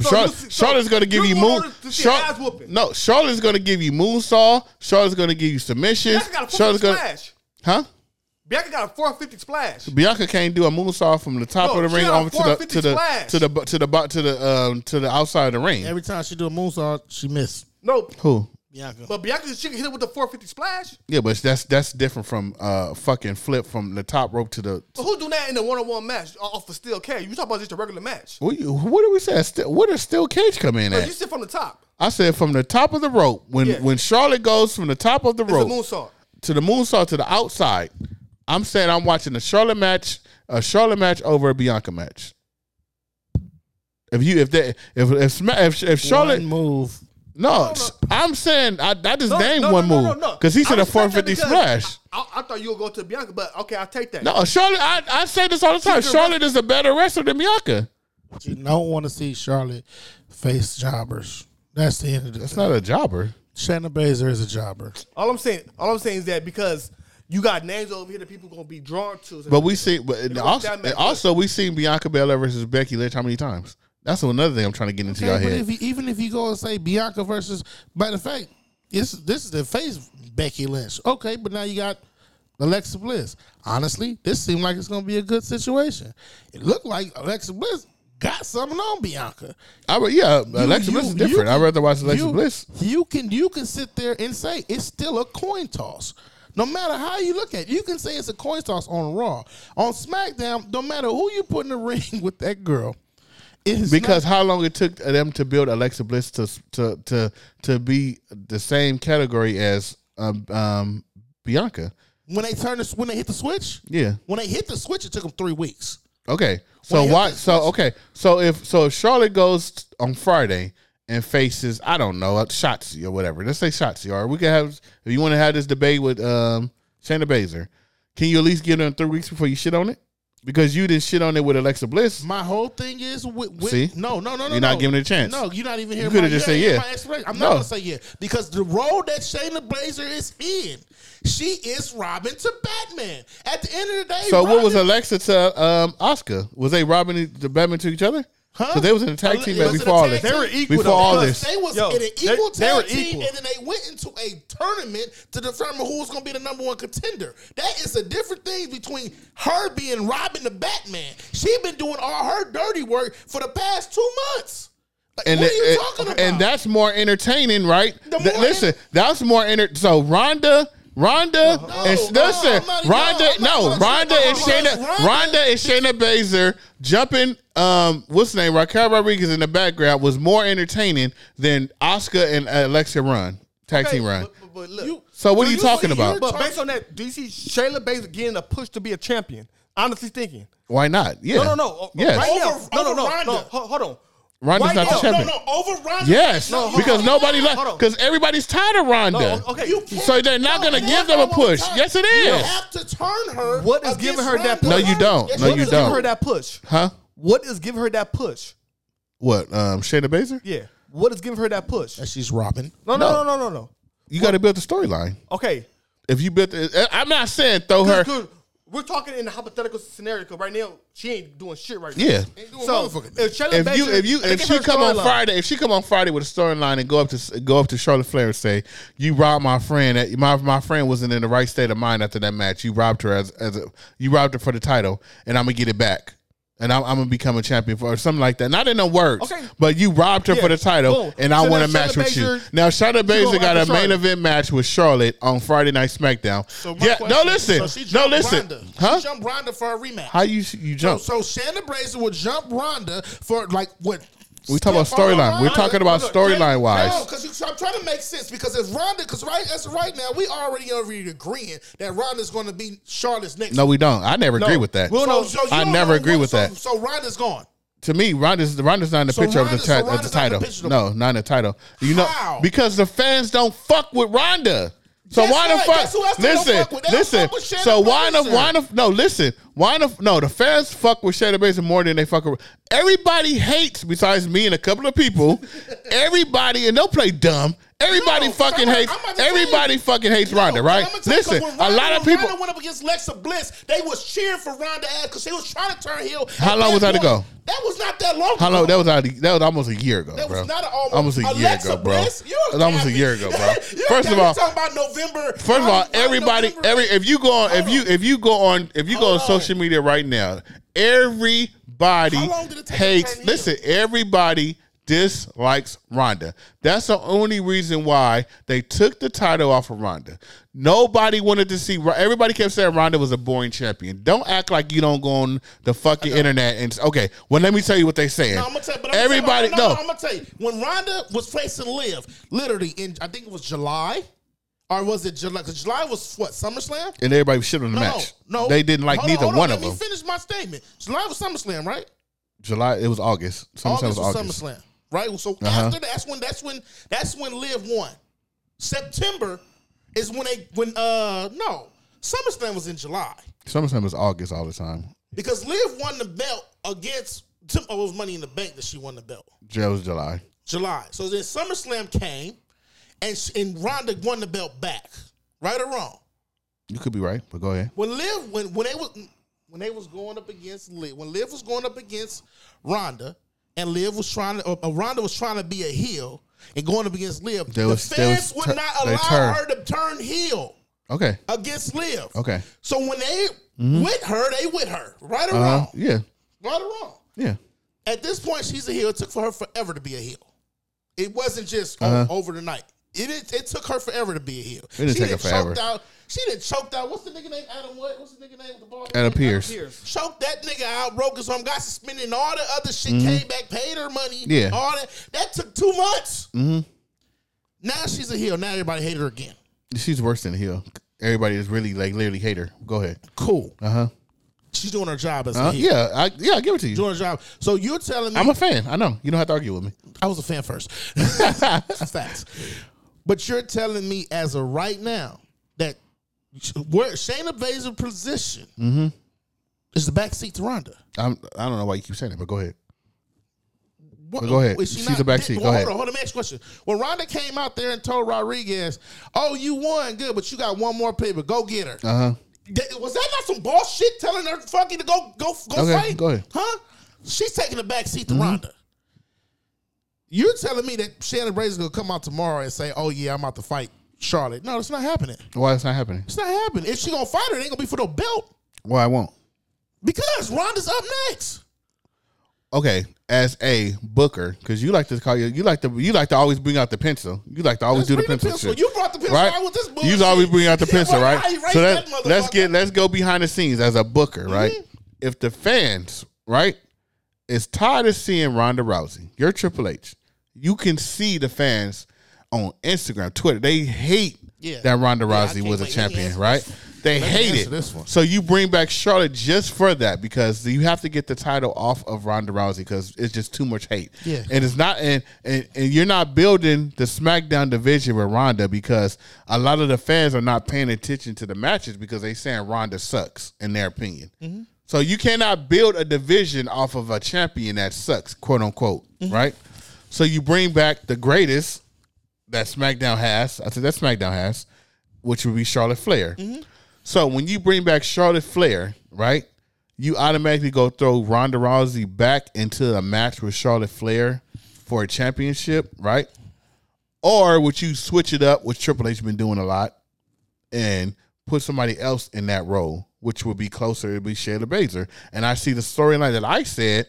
A: So
C: Charlotte,
A: you- so
C: Charlotte's gonna give
A: you
C: you,
A: want
C: moon.
A: her to see
C: Char-
A: an ass whooping?
C: no, Charlotte's gonna give you moonsaw. Charlotte's gonna give you submissions.
A: Bianca got a
C: Charlotte's
A: 450
C: gonna
A: splash.
C: huh?
A: Bianca got a 450 splash.
C: Bianca can't do a moonsaw from the top
A: No,
C: of the
A: she
C: ring
A: got a
C: over to the
A: 450
C: to the
A: splash.
C: to the bu- to the bu- to the um to the outside of the ring.
B: Every time she do a moonsault, she miss.
A: No,
C: Who?
B: Bianca.
A: but Bianca she can hit it with the 450 splash.
C: Yeah, but that's that's different from uh fucking flip from the top rope to the.
A: But who doing that in a one-on-one match off of steel cage? You talking about just a regular match?
C: What, you, what do we say? St- Where does steel cage come in
A: No,
C: at?
A: you sit from the top.
C: I said from the top of the rope when
A: Yeah.
C: when Charlotte goes from the top of the
A: It's
C: rope
A: a moonsault.
C: to the moonsault to the outside. I'm saying I'm watching a Charlotte match, a Charlotte match over a Bianca match. If you if they if if Sma- if, if Charlotte
B: One move.
C: no, I'm saying I, I just
A: No,
C: named
A: no,
C: one
A: no, no,
C: move
A: no, no.
C: because he said
A: I
C: a
A: respect that
C: 450
A: because
C: splash.
A: I, I, I thought you would go to Bianca, but okay, I'll take that.
C: No, Charlotte. I, I say this all the time.
A: She's a
C: Charlotte is a better wrestler than Bianca.
B: You don't want to see Charlotte face jobbers. That's the end of this.
C: It's not a jobber.
B: Shannon Baszler is a jobber.
A: All I'm saying, all I'm saying is that because you got names over here that people gonna be drawn to.
C: But we see, but and
A: know what
C: also,
A: that
C: and
A: meant,
C: also we seen Bianca Belair versus Becky Lynch how many times? That's another thing I'm trying to get into y'all
B: Okay, but
C: head.
B: if you, even if you go and say Bianca versus, by the fact, this this is the face Becky Lynch. Okay, but now you got Alexa Bliss. Honestly, this seemed like it's going to be a good situation. It looked like Alexa Bliss got something on Bianca.
C: I would, yeah,
B: you-
C: Alexa Bliss is
B: you
C: different. I'd
B: can-
C: rather watch Alexa
B: you,
C: Bliss.
B: You can you can sit there and say it's still a coin toss. No matter how you look at it, you can say it's a coin toss on Raw. On SmackDown, no matter who you put in the ring with that girl, it's
C: Because how long it took them to build Alexa Bliss to to to to be the same category as um, um, Bianca?
B: When they turn this, when they hit the switch,
C: Yeah.
B: When they hit the switch, it took them three weeks.
C: Okay, so
B: Well,
C: why?
B: yeah,
C: So okay, so if so if Charlotte goes on Friday and faces I don't know uh, Shotzi or whatever. Let's say Shotzi, or we could have if you want to have this debate with um Shayna Baszler, can you at least give them three weeks before you shit on it? because you didn't shit on it with Alexa Bliss.
B: My whole thing is with, with
C: See?
B: no, no, no, no.
C: You're not
B: no.
C: giving it a chance.
B: No, you're not even here.
C: You coulda just said yeah.
B: My explanation. I'm
C: No.
B: not gonna say yeah because the role that Shayna Blazer is in, she is Robin to Batman. At the end of the day,
C: So what was
B: Robin-
C: Alexa to um, Oscar? Was they robbing the Batman to each other?
B: Huh?
C: Because they was in a tag
B: Ale-
C: team
B: it was in
C: before
B: a
C: all
B: tag
C: this.
B: team. They
A: were equal,
C: Before
A: though,
C: all
A: because
C: this,
B: They was
A: Yo,
B: in an
A: they-
B: equal
A: they were
B: tag team,
A: equal.
B: and then they went into a tournament to determine who was going to be the number one contender. That is a different thing between her being Robin the Batman. She been doing all her dirty work for the past two months. Like,
C: and
B: what are you
C: it-
B: talking about?
C: and that's more entertaining, right?
B: The
C: Th-
B: more
C: listen, that's more enter. So Rhonda. Rhonda and
B: no,
C: listen,
B: I'm not- no,
C: Rhonda,
B: I'm not
C: no,
B: gonna
C: Rhonda
B: say
C: and
B: that
C: Shayna,
B: because
C: Rhonda and Shayna Baszler jumping, um, what's the name, Raquel Rodriguez in the background was more entertaining than Oscar and Alexa Run, tag team run.
A: But, but- but look,
B: You-
C: So what
B: So
C: are you
B: you-
C: talking
B: you-
C: about?
A: but based on that, do you see Shayla Baszler getting a push to be a champion? Honestly thinking,
C: Why not? Yeah.
A: no, no, no, uh,
C: Yes.
A: right now,
B: Over-
A: no, no,
B: over
A: no,
B: Ronda.
A: no, ho- hold on, right
C: Rhonda's not
A: now-
C: the
B: no,
C: champion.
B: no, over Ronda.
C: Yes,
A: No, hold on.
C: because nobody
A: Hold on.
C: like because everybody's tired of Ronda.
A: No, okay,
B: You can't-
C: So they're not
B: no,
C: gonna
B: you
C: give
B: have
C: them a
B: to go
C: push.
B: turn-
C: Yes, it
B: You
C: is.
B: have to turn her.
A: What is giving
B: against
A: her that
B: Ronda.
A: push? No,
C: you don't.
B: Yes,
C: No,
B: she
A: what
C: you
A: is
B: does.
C: don't.
A: giving her that push?
C: Huh?
A: What is giving her that push?
C: What? Um, Shayna Baszler?
A: Yeah, what is giving her that push?
B: That she's Robin.
A: No, no, no, no, no, no.
C: You got to build the storyline.
A: Okay,
C: If you build, the, I'm not saying throw her.
A: Cause, 'cause we're talking in a hypothetical scenario. 'cause right now, she ain't doing shit right
C: Yeah.
A: now.
B: Ain't doing
A: So
B: motherfucking
A: if, Shayla
C: If you
A: Baszler-
C: if you
A: look
C: if
A: at
C: she
A: her
C: come on
A: storyline.
C: Friday, if she come on Friday with a storyline and go up to go up to Charlotte Flair and say, "You robbed my friend. That my my friend wasn't in the right state of mind after that match. You robbed her as as a, you robbed her for the title, and I'm gonna get it back." And I'm, I'm gonna become a champion for or something like that. Not in no words,
A: Okay.
C: but you robbed her for the title,
A: Boom.
C: and I
A: So
C: want a
A: now
C: match
A: Shayna
C: with you.
A: Baszler-
C: Now, Shayna Baszler
A: going
C: got a
A: after
C: main
A: Charlotte.
C: event match with Charlotte on Friday Night SmackDown.
B: So my
C: yeah, no,
B: question-
C: listen,
B: so she
C: no,
B: jumped
C: listen,
B: Ronda.
C: huh?
B: She jumped Ronda for a rematch.
C: How you you jump?
B: So Shayna Blazer would jump Ronda for like what?
C: We talking about
B: Step on
C: storyline. We're
B: Ronda?
C: talking about
B: Look,
C: storyline wise.
B: No, because I'm trying to make sense. Because if Ronda, because right as of right now, we already already agreeing that Ronda's going to be Charlotte's next.
C: No, we don't. I never agree with that.
A: Well, no,
B: you
C: I
B: don't
C: never
B: know
C: agree
B: what-
C: with
B: so-
C: that.
B: So Ronda's gone.
C: to me, Ronda's Ronda's not in the
B: So
C: picture of
B: Ronda-
C: the, ti-
B: so
C: of the
B: Ronda's not in the
C: title.
B: picture.
C: no, not in the title. You know
B: How?
C: because the fans don't fuck with Ronda. So
B: Guess
C: why the
B: what?
C: fuck?
B: Guess who else they don't
C: listen,
B: fuck with? They don't
C: listen.
B: fuck with Shayna
C: so why the
B: Baszler.
C: why the no? Listen, why the no? The fans fuck with Shayna Baszler more than they fuck with. Everybody hates besides me and a couple of people. everybody and they'll play dumb. Everybody
B: No,
C: fucking
B: I'm-
C: hates.
B: I'm about to tell you.
C: Everybody fucking hates Ronda,
B: No,
C: right?
B: I'm gonna tell you, 'cause
C: Listen,
B: when
C: a
B: Ronda-
C: lot of
B: when
C: people.
B: Ronda went up against Lexa Bliss. They was cheering for Ronda ass because they was trying to turn heel.
C: How
B: At
C: long was that ago?
B: That was not that long.
C: How
B: ago.
C: long? That was out. That was almost a year ago,
B: That
C: bro.
B: was not an almost,
C: almost a year
B: Alexa
C: ago, bro.
B: Bliss, you're
C: That was almost a
B: capping.
C: year ago, bro.
B: You're
C: First of
B: capping.
C: all-
B: talking about November.
C: First of all,
B: November,
C: everybody,
B: November.
C: every if you go on, if
B: Hold
C: you
B: on.
C: if you go on, if you go on
B: Oh. Hold on.
C: social media right now, everybody
B: How long did it take to
C: hates.
B: turn heel?
C: Listen, everybody dislikes Ronda. That's the only reason why they took the title off of Ronda. Nobody wanted to see. Ro- Everybody kept saying Ronda was a boring champion. Don't act like you don't go on the fucking internet and s- okay. Well, let me tell you what they saying.
B: No, I'm gonna tell you, but I'm
C: everybody,
B: gonna tell you,
C: no,
B: I'm gonna tell you when Ronda was facing Liv, literally in I think it was July, or was it July? Because July was what SummerSlam.
C: and everybody shit on the
B: No,
C: match.
B: no,
C: they didn't like
B: Hold on,
C: neither
B: hold on,
C: one
B: let
C: of
B: me
C: them.
B: Finish my statement. July was SummerSlam, right?
C: July. It was August. SummerSlam
B: August
C: was
B: was
C: August. Uh-huh.
B: SummerSlam, right? So after that, that's when that's when that's when Liv won. September is when they when uh no SummerSlam was in July.
C: SummerSlam is August all the time.
B: Because Liv won the belt against Tim oh, it was Money in the Bank that she won the belt
C: It was July.
B: July. So then SummerSlam came, and sh- and Ronda won the belt back. Right or wrong?
C: You could be right, but go ahead.
B: When Liv when when they was when they was going up against Liv when Liv was going up against Ronda and Liv was trying to uh, uh, Ronda was trying to be a heel and going up against Liv,
C: They
B: the
C: was- they
B: fans
C: was
B: would
C: tur-
B: not
C: they
B: allow
C: turned.
B: her to turn heel
C: Okay.
B: against Liv.
C: Okay. Mm-hmm.
B: So when they with her, they with her. Right or
C: Uh,
B: wrong?
C: yeah.
B: Right or wrong?
C: Yeah.
B: at this point, she's a heel. It took for her forever to be a heel. It wasn't just o- over the night. It, it it took her forever to be a heel.
C: Uh-huh. didn't
B: she
C: take her
B: done
C: forever.
B: Choked out. She didn't choked out. What's the nigga name? Adam what? What's the nigga name with the ball?
C: Adam Pierce.
B: Choked that nigga out, broke his arm, got suspended, and all the other shit came back, paid her money.
C: Mm-hmm. Yeah.
B: All that. That took two months. Mm-hmm. Now she's a heel. Now everybody hate her again.
C: She's worse than heel. Everybody is really like literally hate her. Go ahead.
B: Cool. Uh huh. She's doing her job as
C: Uh,
B: a heel.
C: Uh-huh. yeah. I, yeah. I give it to you.
B: Doing her job. So you're telling me
C: I'm a fan. I know. You don't have to argue with me.
B: I was a fan first. Facts. But you're telling me as of
C: Mm-hmm.
B: right now that where Shayna Baszler's position It's the backseat to Ronda.
C: I'm, I don't know why you keep saying it, but go ahead.
B: What,
C: Go ahead.
B: is she
C: She's
B: not-
C: a backseat.
B: Well,
C: Go ahead.
B: Hold on. Hold on. Let me ask you a question. When Ronda came out there and told Rodriguez, "Oh, you won, good, but you got one more paper. Go get her."
C: Uh huh.
B: That- was that not some bullshit telling her fucking to go go go
C: Okay,
B: fight?
C: go ahead. Mm-hmm.
B: Huh? She's taking the back seat to Ronda. You're telling me that Shannon Bray's gonna come out tomorrow and say, "Oh yeah, I'm out to fight Charlotte." No, it's not happening.
C: Why it's not happening?
B: It's not happening. If she gonna fight her, it ain't gonna be for no belt
C: Why I won't?
B: because Ronda's up next.
C: Okay, as a booker, because you like to call you, you like to you like to always bring out the pencil. You like to always
B: Let's
C: do the
B: bring the
C: pencil,
B: pencil.
C: shit.
B: You brought the pencil. Why with this
C: You
B: bullshit?
C: always bring out the
B: Yeah,
C: pencil,
B: why-
C: right?
B: why erase
C: So
B: that
C: that, let's
B: motherfucker? Mm-hmm.
C: get let's go behind the scenes as a booker, right? If the fans, right, is tired of seeing Ronda Rousey, you're Triple H. You can see the fans on Instagram, Twitter. They hate
B: Yeah.
C: that Ronda
B: I
C: Rousey
B: can't
C: was a
B: wait. Let me
C: champion,
B: answer
C: right? They
B: Let me
C: hate
B: answer
C: it.
B: this one.
C: So you bring back Charlotte just for that because you have to get the title off of Ronda Rousey because it's just too much hate.
B: Yeah.
C: And it's not and, and and you're not building the SmackDown division with Ronda because a lot of the fans are not paying attention to the matches because they saying Ronda sucks in their opinion.
B: Mm-hmm.
C: So you cannot build a division off of a champion that sucks, quote unquote,
B: Mm-hmm.
C: right? So you bring back the greatest that SmackDown has. I said that SmackDown has, which would be Charlotte Flair. So when you bring back Charlotte Flair, right, you automatically go throw Ronda Rousey back into a match with Charlotte Flair for a championship, right? Or would you switch it up, which Triple H been doing a lot, and put somebody else in that role, which would be closer to be Shayla Baszler? And I see the storyline that I said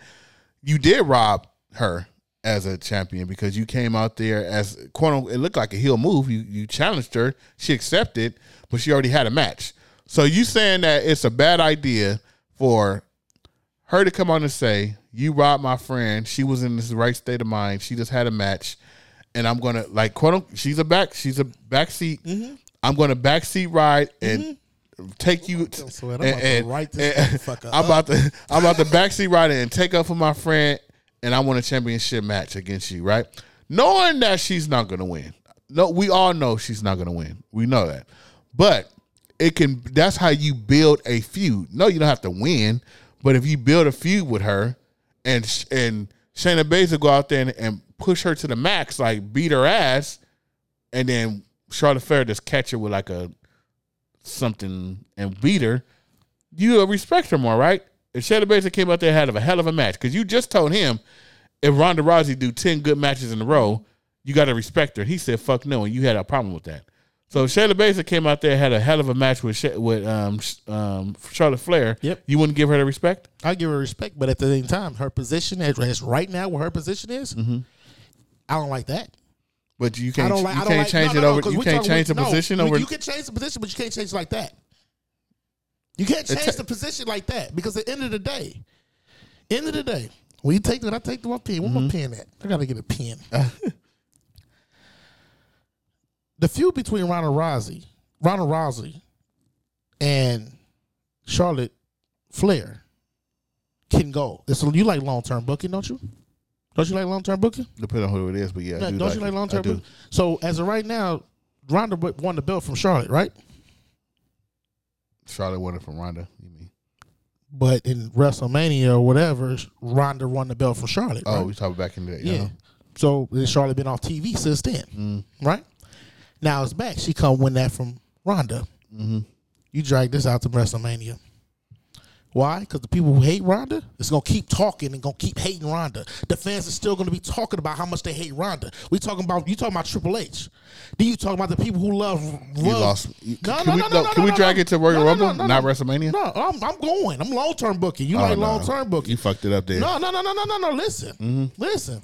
C: you did rob her as a champion because you came out there as quote unquote, it looked like a heel move. You you challenged her, she accepted, but she already had a match. So you saying that it's a bad idea for her to come on and say, You robbed my friend, she was in this right state of mind, she just had a match, and I'm gonna like quote unquote she's a back she's a backseat.
B: Mm-hmm.
C: I'm gonna backseat ride and Take you.
B: don't sweat. I'm
C: and-
B: about to
C: and-
B: write this
C: and-
B: motherfucker
C: I'm about to I'm about to backseat rider and take up for my friend, and I want a championship match against you, right? Knowing that she's not gonna win. No, we all know she's not gonna win. We know that, but it can. That's how you build a feud. No, you don't have to win, but if you build a feud with her, and sh- and Shayna Baszler go out there and, and push her to the max, like beat her ass, and then Charlotte Flair just catch her with like a something and beat her, you will respect her more, right? If Shayna Baszler came out there and had a hell of a match, because you just told him if Ronda Rousey do ten good matches in a row, you got to respect her. And he said, "Fuck no," and you had a problem with that. So if Shayna Baszler came out there and had a hell of a match with Shay- with um, sh- um, Charlotte Flair.
B: Yep.
C: you wouldn't give her the respect.
B: I give her respect, but at the same time, her position as, as right now, where her position is,
C: Mm-hmm.
B: I don't like that.
C: But you
B: I
C: can't
B: don't like.
C: you
B: I
C: can't
B: don't like,
C: change
B: no, no,
C: it
B: no,
C: over.
B: 'cause
C: you
B: we
C: can't
B: talking-
C: change the
B: no,
C: position
B: we-
C: over.
B: You can change the position, but you can't change like that. You can't
C: It
B: change
C: ta-
B: the position like that because at the end of the day, end of the day, when you take that, I take my pen. Where
C: Mm-hmm.
B: my pen at? I gotta get a pen.
C: Uh.
B: the feud between Ronda Rousey, Ronda Rousey, and Charlotte Flair can go. It's, you like long term booking, don't you? Don't you like long term booking?
C: Depending on who it is, but yeah,
B: Yeah,
C: I do
B: don't you like
C: like it.
B: long
C: I
B: term?
C: do.
B: booking? So as of right now, Ronda w- won the belt from Charlotte, right?
C: Charlotte won it from Ronda. You mean?
B: But in WrestleMania or whatever, Ronda won the belt from Charlotte.
C: Oh,
B: right?
C: we talking back in the day.
B: yeah.
C: uh-huh.
B: So then Charlotte been off TV since then,
C: Mm-hmm.
B: right? Now it's back. She come win that from Ronda.
C: Mm-hmm.
B: You drag this out to WrestleMania. Why? Because the people who hate Ronda is gonna keep talking and gonna keep hating Ronda. The fans are still gonna be talking about how much they hate Ronda. We talking about you talking about Triple H. Then you talking about the people who love. love
C: You lost. You,
B: No,
C: can
B: no,
C: we,
B: no,
C: no,
B: no, no,
C: can we
B: no,
C: drag
B: no.
C: it to Royal
B: No, no, no, no,
C: Rumble,
B: no.
C: not WrestleMania?
B: No, I'm, I'm going. I'm long term booking. You
C: Oh,
B: like
C: no.
B: long term booking?
C: You fucked it up there.
B: No, no, no, no, no, no, no. Listen, listen.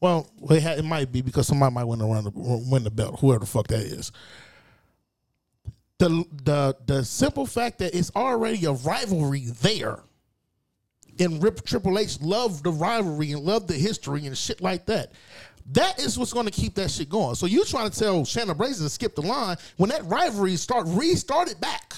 B: Well, it, ha- it might be because somebody might win the run the, win the belt, whoever the fuck that is. The the the simple fact that it's already a rivalry there, and Rip Triple H loved the rivalry and loved the history and shit like that. That is what's going to keep that shit going. So you trying to tell Shannon Blazer to skip the line when that rivalry start restarted back?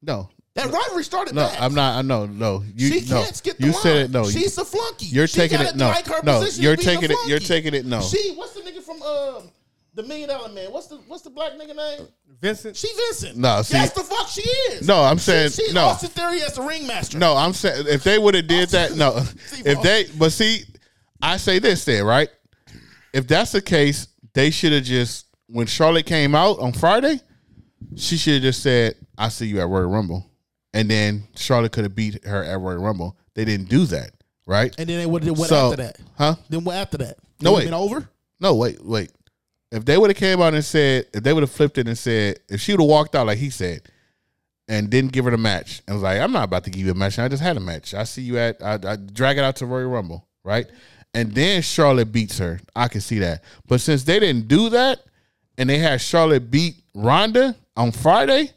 C: No,
B: That rivalry started
C: no,
B: back.
C: I'm not. I know. No, you.
B: she
C: no,
B: can't skip the
C: you
B: line.
C: said it. No,
B: she's a flunky.
C: you're
B: She
C: taking
B: gotta
C: it. No,
B: like her
C: no,
B: position
C: you're
B: to be the
C: taking it. You're
B: flunky.
C: taking it. No,
B: She. What's the nigga from um the million dollar man. What's the what's the black nigga name?
A: Vincent.
B: She Vincent.
C: No, see-
B: yes, the fuck she is.
C: No, I'm saying
B: she's
C: no.
B: Austin Theory as the ringmaster.
C: No, I'm saying if they would have did that, no. If they, but see, I say this then, right? If that's the case, they should have just when Charlotte came out on Friday, she should have just said, "I see you at Royal Rumble," and then Charlotte could have beat her at Royal Rumble. They didn't do that, right?
B: And then they would have what
C: So-
B: after that?
C: huh?
B: Then what after that? It
C: No, wait.
B: would've Been over.
C: No, wait, wait. If they would have came out and said, if they would have flipped it and said, if she would have walked out like he said, and didn't give her the match, and was like, I'm not about to give you a match. I just had a match. I see you at, I, I drag it out to Royal Rumble, right? And then Charlotte beats her. I can see that. But since they didn't do that, and they had Charlotte beat Ronda on Friday,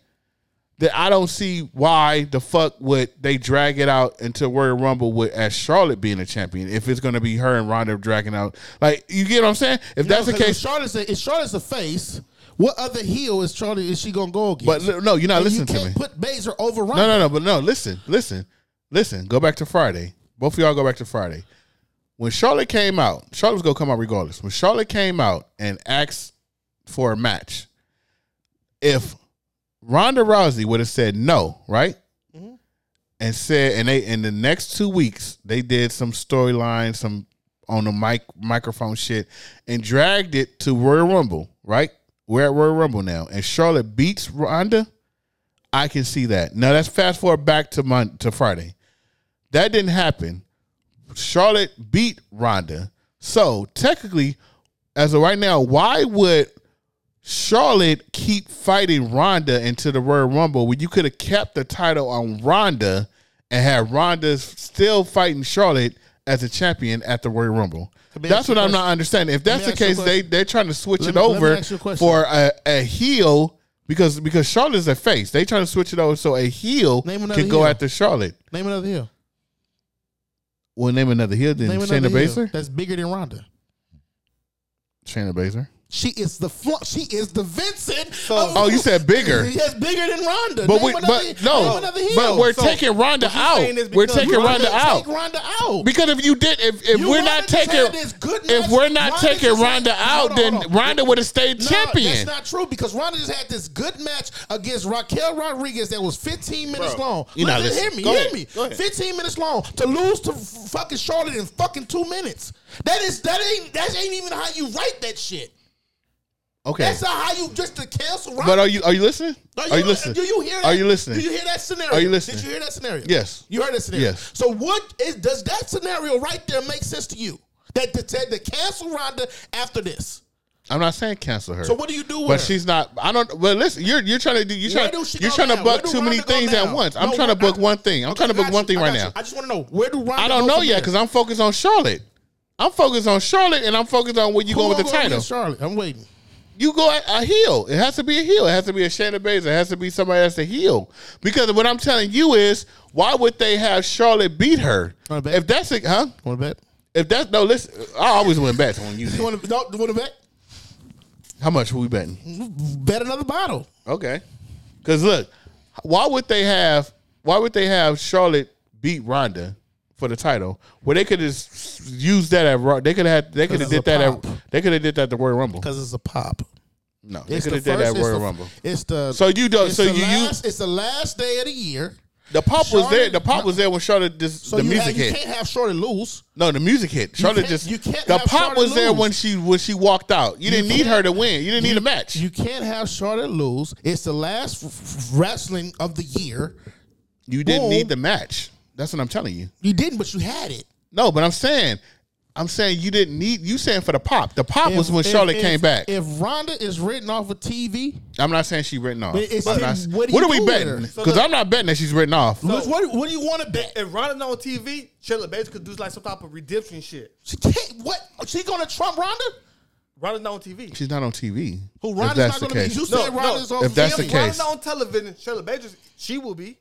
C: then I don't see why the fuck would they drag it out until Royal Rumble with as Charlotte being a champion if it's gonna be her and Ronda dragging out. Like you get what I'm saying? If that's the
B: No, 'cause
C: case,
B: If Charlotte's a, if Charlotte's a face, what other heel is Charlotte? Is she gonna go against?
C: but li- no, you're not
B: And
C: listening
B: you
C: to me.
B: can't put Baszler over Ronda.
C: No, no, no, but no, listen, listen, listen. Go back to Friday. Both of y'all go back to Friday. When Charlotte came out, Charlotte was gonna come out regardless. When Charlotte came out and asked for a match, if Ronda Rousey would have said no, right? And said and they in the next two weeks, they did some storyline, some on the mic microphone shit, and dragged it to Royal Rumble, right? We're at Royal Rumble now. And Charlotte beats Ronda. I can see that. Now that's fast forward back to Mon- to Friday. That didn't happen. Charlotte beat Ronda. So technically, as of right now, why would Charlotte keep fighting Ronda into the Royal Rumble when you could have kept the title on Ronda and had Ronda still fighting Charlotte as a champion at the Royal Rumble?
B: me
C: That's
B: ask you
C: what
B: a
C: I'm
B: question.
C: not understanding. If that's
B: me
C: the
B: ask you a
C: case, they
B: question.
C: they're trying to switch
B: Let
C: it
B: me- let me
C: over
B: ask you a question.
C: for a, a heel because because Charlotte's a face. They trying to switch it over so a heel
B: Name
C: can
B: another
C: go
B: heel.
C: after Charlotte.
B: Name another heel.
C: Well, name another heel then
B: Name
C: Shayna
B: another heel
C: Baszler.
B: that's bigger than Ronda.
C: Shayna Baszler.
B: She is the fl- she is the Vincent. of-
C: Oh, you said bigger.
B: Yes, bigger than Ronda.
C: But
B: Name
C: we,
B: another-
C: but
B: name
C: no,
B: another heel.
C: but we're
A: So,
C: taking Ronda
A: what you
C: out.
A: saying is
C: We're
A: because
C: taking
A: Ronda
C: Ronda out
B: Take Ronda out.
C: because if you did, if, if
B: You
C: we're
B: Ronda
C: not taking,
B: Chad is good
C: if
B: match.
C: we're not
B: Ronda
C: taking
B: just had-
C: Ronda
B: Hold
C: out,
B: on,
C: then
B: hold on.
C: Ronda would have stayed
B: No, That's
C: champion.
B: not true because Ronda just had this good match against Raquel Rodriguez that was 15 minutes long.
C: you
B: Look,
C: know
B: just
C: this.
B: hear me,
C: Go
B: hear
C: ahead,
B: me.
C: go ahead.
B: 15 minutes long to lose to f- fucking Charlotte in fucking two minutes. That is that ain't that ain't even how you write that shit.
C: okay,
B: That's not how you just to cancel Ronda.
C: but are you are you listening?
B: No,
C: Are you listening?
B: Do you hear that?
C: Are you listening?
B: Do you hear that scenario?
C: Are you listening?
B: Did you hear that scenario?
C: Yes.
B: You heard that scenario.
C: Yes.
B: So what is does that scenario right there make sense to you? That to, to to cancel Ronda after this.
C: I'm not saying cancel her.
B: So what do you do with
C: But
B: her?
C: she's not. I don't. But listen, you're you're trying to do. You're
B: Where
C: trying.
B: do she
C: You're
B: go
C: trying to
B: now?
C: book
B: Where do
C: too many
B: Ronda go
C: things
B: now?
C: at once. I'm
B: No,
C: trying to
B: I-
C: book one thing. I'm
B: Okay,
C: trying to
B: I
C: book
B: got
C: one
B: you.
C: thing
B: I
C: right
B: got you.
C: now.
B: I just want to know where do Ronda?
C: I don't
B: go
C: know
B: from
C: yet
B: there?
C: because I'm focused on Charlotte. I'm focused on Charlotte and I'm focused on where you
B: Who
C: going with the
B: gonna go
C: title.
B: against Charlotte, I'm waiting.
C: you go at a heel. It has to be a heel. It has to be a Shannon Baszler. It has to be somebody that's a heel. Because what I'm telling you is, why would they have Charlotte beat her?
B: Wanna bet?
C: If that's a huh?
B: Want to bet?
C: If that's no, listen. I always win bets on you.
B: You want to? No, want to bet?
C: How much we betting?
B: Bet another bottle.
C: Okay. Cause look, why would they have why would they have Charlotte beat Ronda for the title? Well, they could just use that at Raw. They could have they could
B: it's
C: have
B: a
C: did that at
B: pop.
C: they could have did that at the Royal Rumble.
B: Because it's a pop.
C: No, they
B: It's
C: could
B: the
C: have
B: first.
C: did that at
B: it's
C: Royal
B: the-
C: Rumble.
B: It's the.
C: So you don't.
B: it's
C: So
B: the
C: you
B: last,
C: use
B: It's the last day of the year.
C: the pop was
B: Charlotte-
C: there. The pop was there when Charlotte just
B: So
C: the
B: you,
C: music
B: have, you
C: hit.
B: can't have Shorty lose.
C: No, the music hit. Charlotte
B: can't-
C: just
B: you can't
C: the
B: have
C: pop
B: Charlotte
C: was there
B: lose.
C: when she when she walked out. You didn't need her
B: can't-
C: to win. You didn't need a match.
B: You can't have Charlotte lose. It's the last f- f- wrestling of the year.
C: you didn't
B: Boom.
C: need the match. That's what I'm telling you.
B: You didn't, but you had it.
C: No, but I'm saying, I'm saying you didn't need. You saying for the pop. The pop was
B: If-
C: when
B: if-
C: Charlotte
B: if-
C: came back.
B: If Ronda is written off of TV,
C: I'm not saying she written off.
B: But it's-
C: I'm
B: then
C: not-
B: what
C: what,
B: do you
C: are we
B: do with her?
C: betting? Because I'm not betting that she's written off.
B: what, what, what do you want to bet?
A: If Ronda's not on TV, Charlotte Baszler could do like some type of redemption shit.
B: She can't. What? She gonna trump Ronda?
A: Ronda's not on TV.
C: She's not on TV.
B: Who
C: If
B: Ronda's
C: that's
B: not
C: the
B: gonna be?
C: case.
B: You
A: No,
B: said
A: no.
B: Ronda's on
C: If that's the
B: TV.
C: case.
A: Ronda's not on television. Charlotte Baszler, she will be.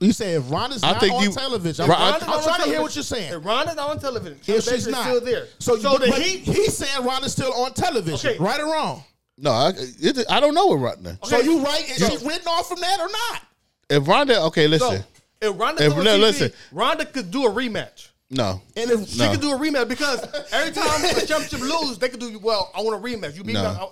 B: You said if Ronda's
C: I
B: not
C: think
B: on
C: you-
B: television. I'm,
C: Ron- I-
B: I'm
A: Ronda's not on
B: trying to hear
A: television.
B: what you're saying.
A: If Ronda's not on television, Charlotte
B: If
A: Baszler's
B: she's not
A: still there.
B: so,
A: so
B: but
A: the
B: he
A: heat.
B: he's saying Ronda's still on television,
A: Okay.
B: right or wrong.
C: No, I, it, I don't know what Ronda.
A: Okay.
B: So you right? Is
A: No.
B: she written off from that or not?
C: If Ronda, okay, listen.
A: So if Ronda's
C: If-
A: on
C: no,
A: TV,
C: listen.
A: Ronda could do a rematch.
C: No,
B: And if
A: She could do a rematch because every time the championship lose, they could do well. I want a rematch. You beat
C: No.
A: me. I-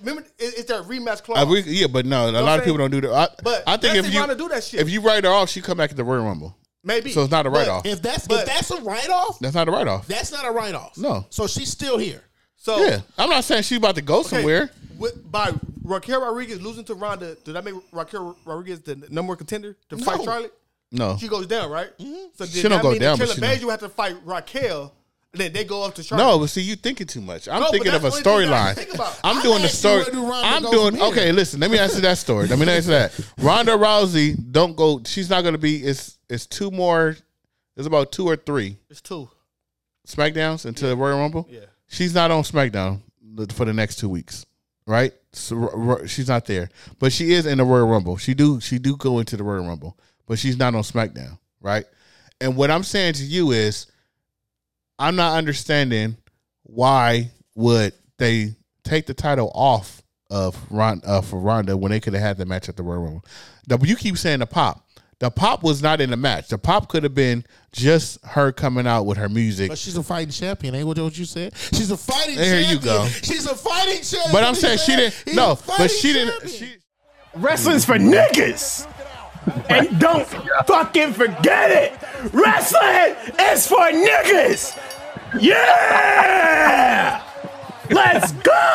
A: Remember, it- it's that rematch clause.
C: I re- Uh, yeah, but no, a lot of
A: saying?
C: people don't do that. I,
A: But
C: I think
A: Leslie
C: if you
A: Ronda do that shit.
C: if you write her off, she come back at the Royal Rumble.
A: Maybe
C: So it's not a write off.
B: If that's
A: But-
B: if that's a write off,
C: That's not a write off.
B: that's not a write off.
C: No.
B: So she's still here.
A: So
C: Yeah, I'm not saying she's about to go
A: okay,
C: somewhere.
A: with- by Raquel Rodriguez losing to Ronda, did that make Raquel Rodriguez the number one contender to fight Charlotte?
C: No,
A: She goes down, right? So did
C: Mm-hmm. She
A: that
C: don't go
A: mean
C: down,
A: that
C: but
A: Chilla
C: she don't-
A: Bage would have to fight Raquel, and then they go up to Charlotte?
C: no. But see, you thinking too much. I'm
A: No, but
C: thinking
A: that's
C: of a
A: the only thing that I
C: storyline.
A: can think about.
C: I'm
B: I'm
C: doing the
B: asking
C: story.
B: where do Ronda
C: I'm
B: go
C: doing
B: from here?
C: okay. Listen, let me answer that story. Let me answer that. Ronda Rousey don't go. She's not going to be. It's it's two more. It's about two or three
A: it's two.
C: Smackdowns into the Royal Rumble.
A: Yeah.
C: she's not on SmackDown for the next two weeks, right? So, r- r- she's not there, but she is in the Royal Rumble. She do she do go into the Royal Rumble, but she's not on SmackDown, right? And what I'm saying to you is, I'm not understanding why would they take the title off of Ron uh, for Ronda when they could have had the match at the Royal Rumble. The, you keep saying the pop. The pop was not in the match. The pop could have been just her coming out with her music
B: But she's a fighting champion. Ain't what what you said? She's a fighting
C: There you
B: champion.
C: go.
B: She's a fighting champion.
C: But I'm saying she
B: man.
C: didn't.
B: He's a
C: No, but
B: fighting
C: she didn't.
B: champion.
C: She,
E: Wrestling's for niggas. And don't fucking forget it. Wrestling is for niggas. Yeah! Let's go!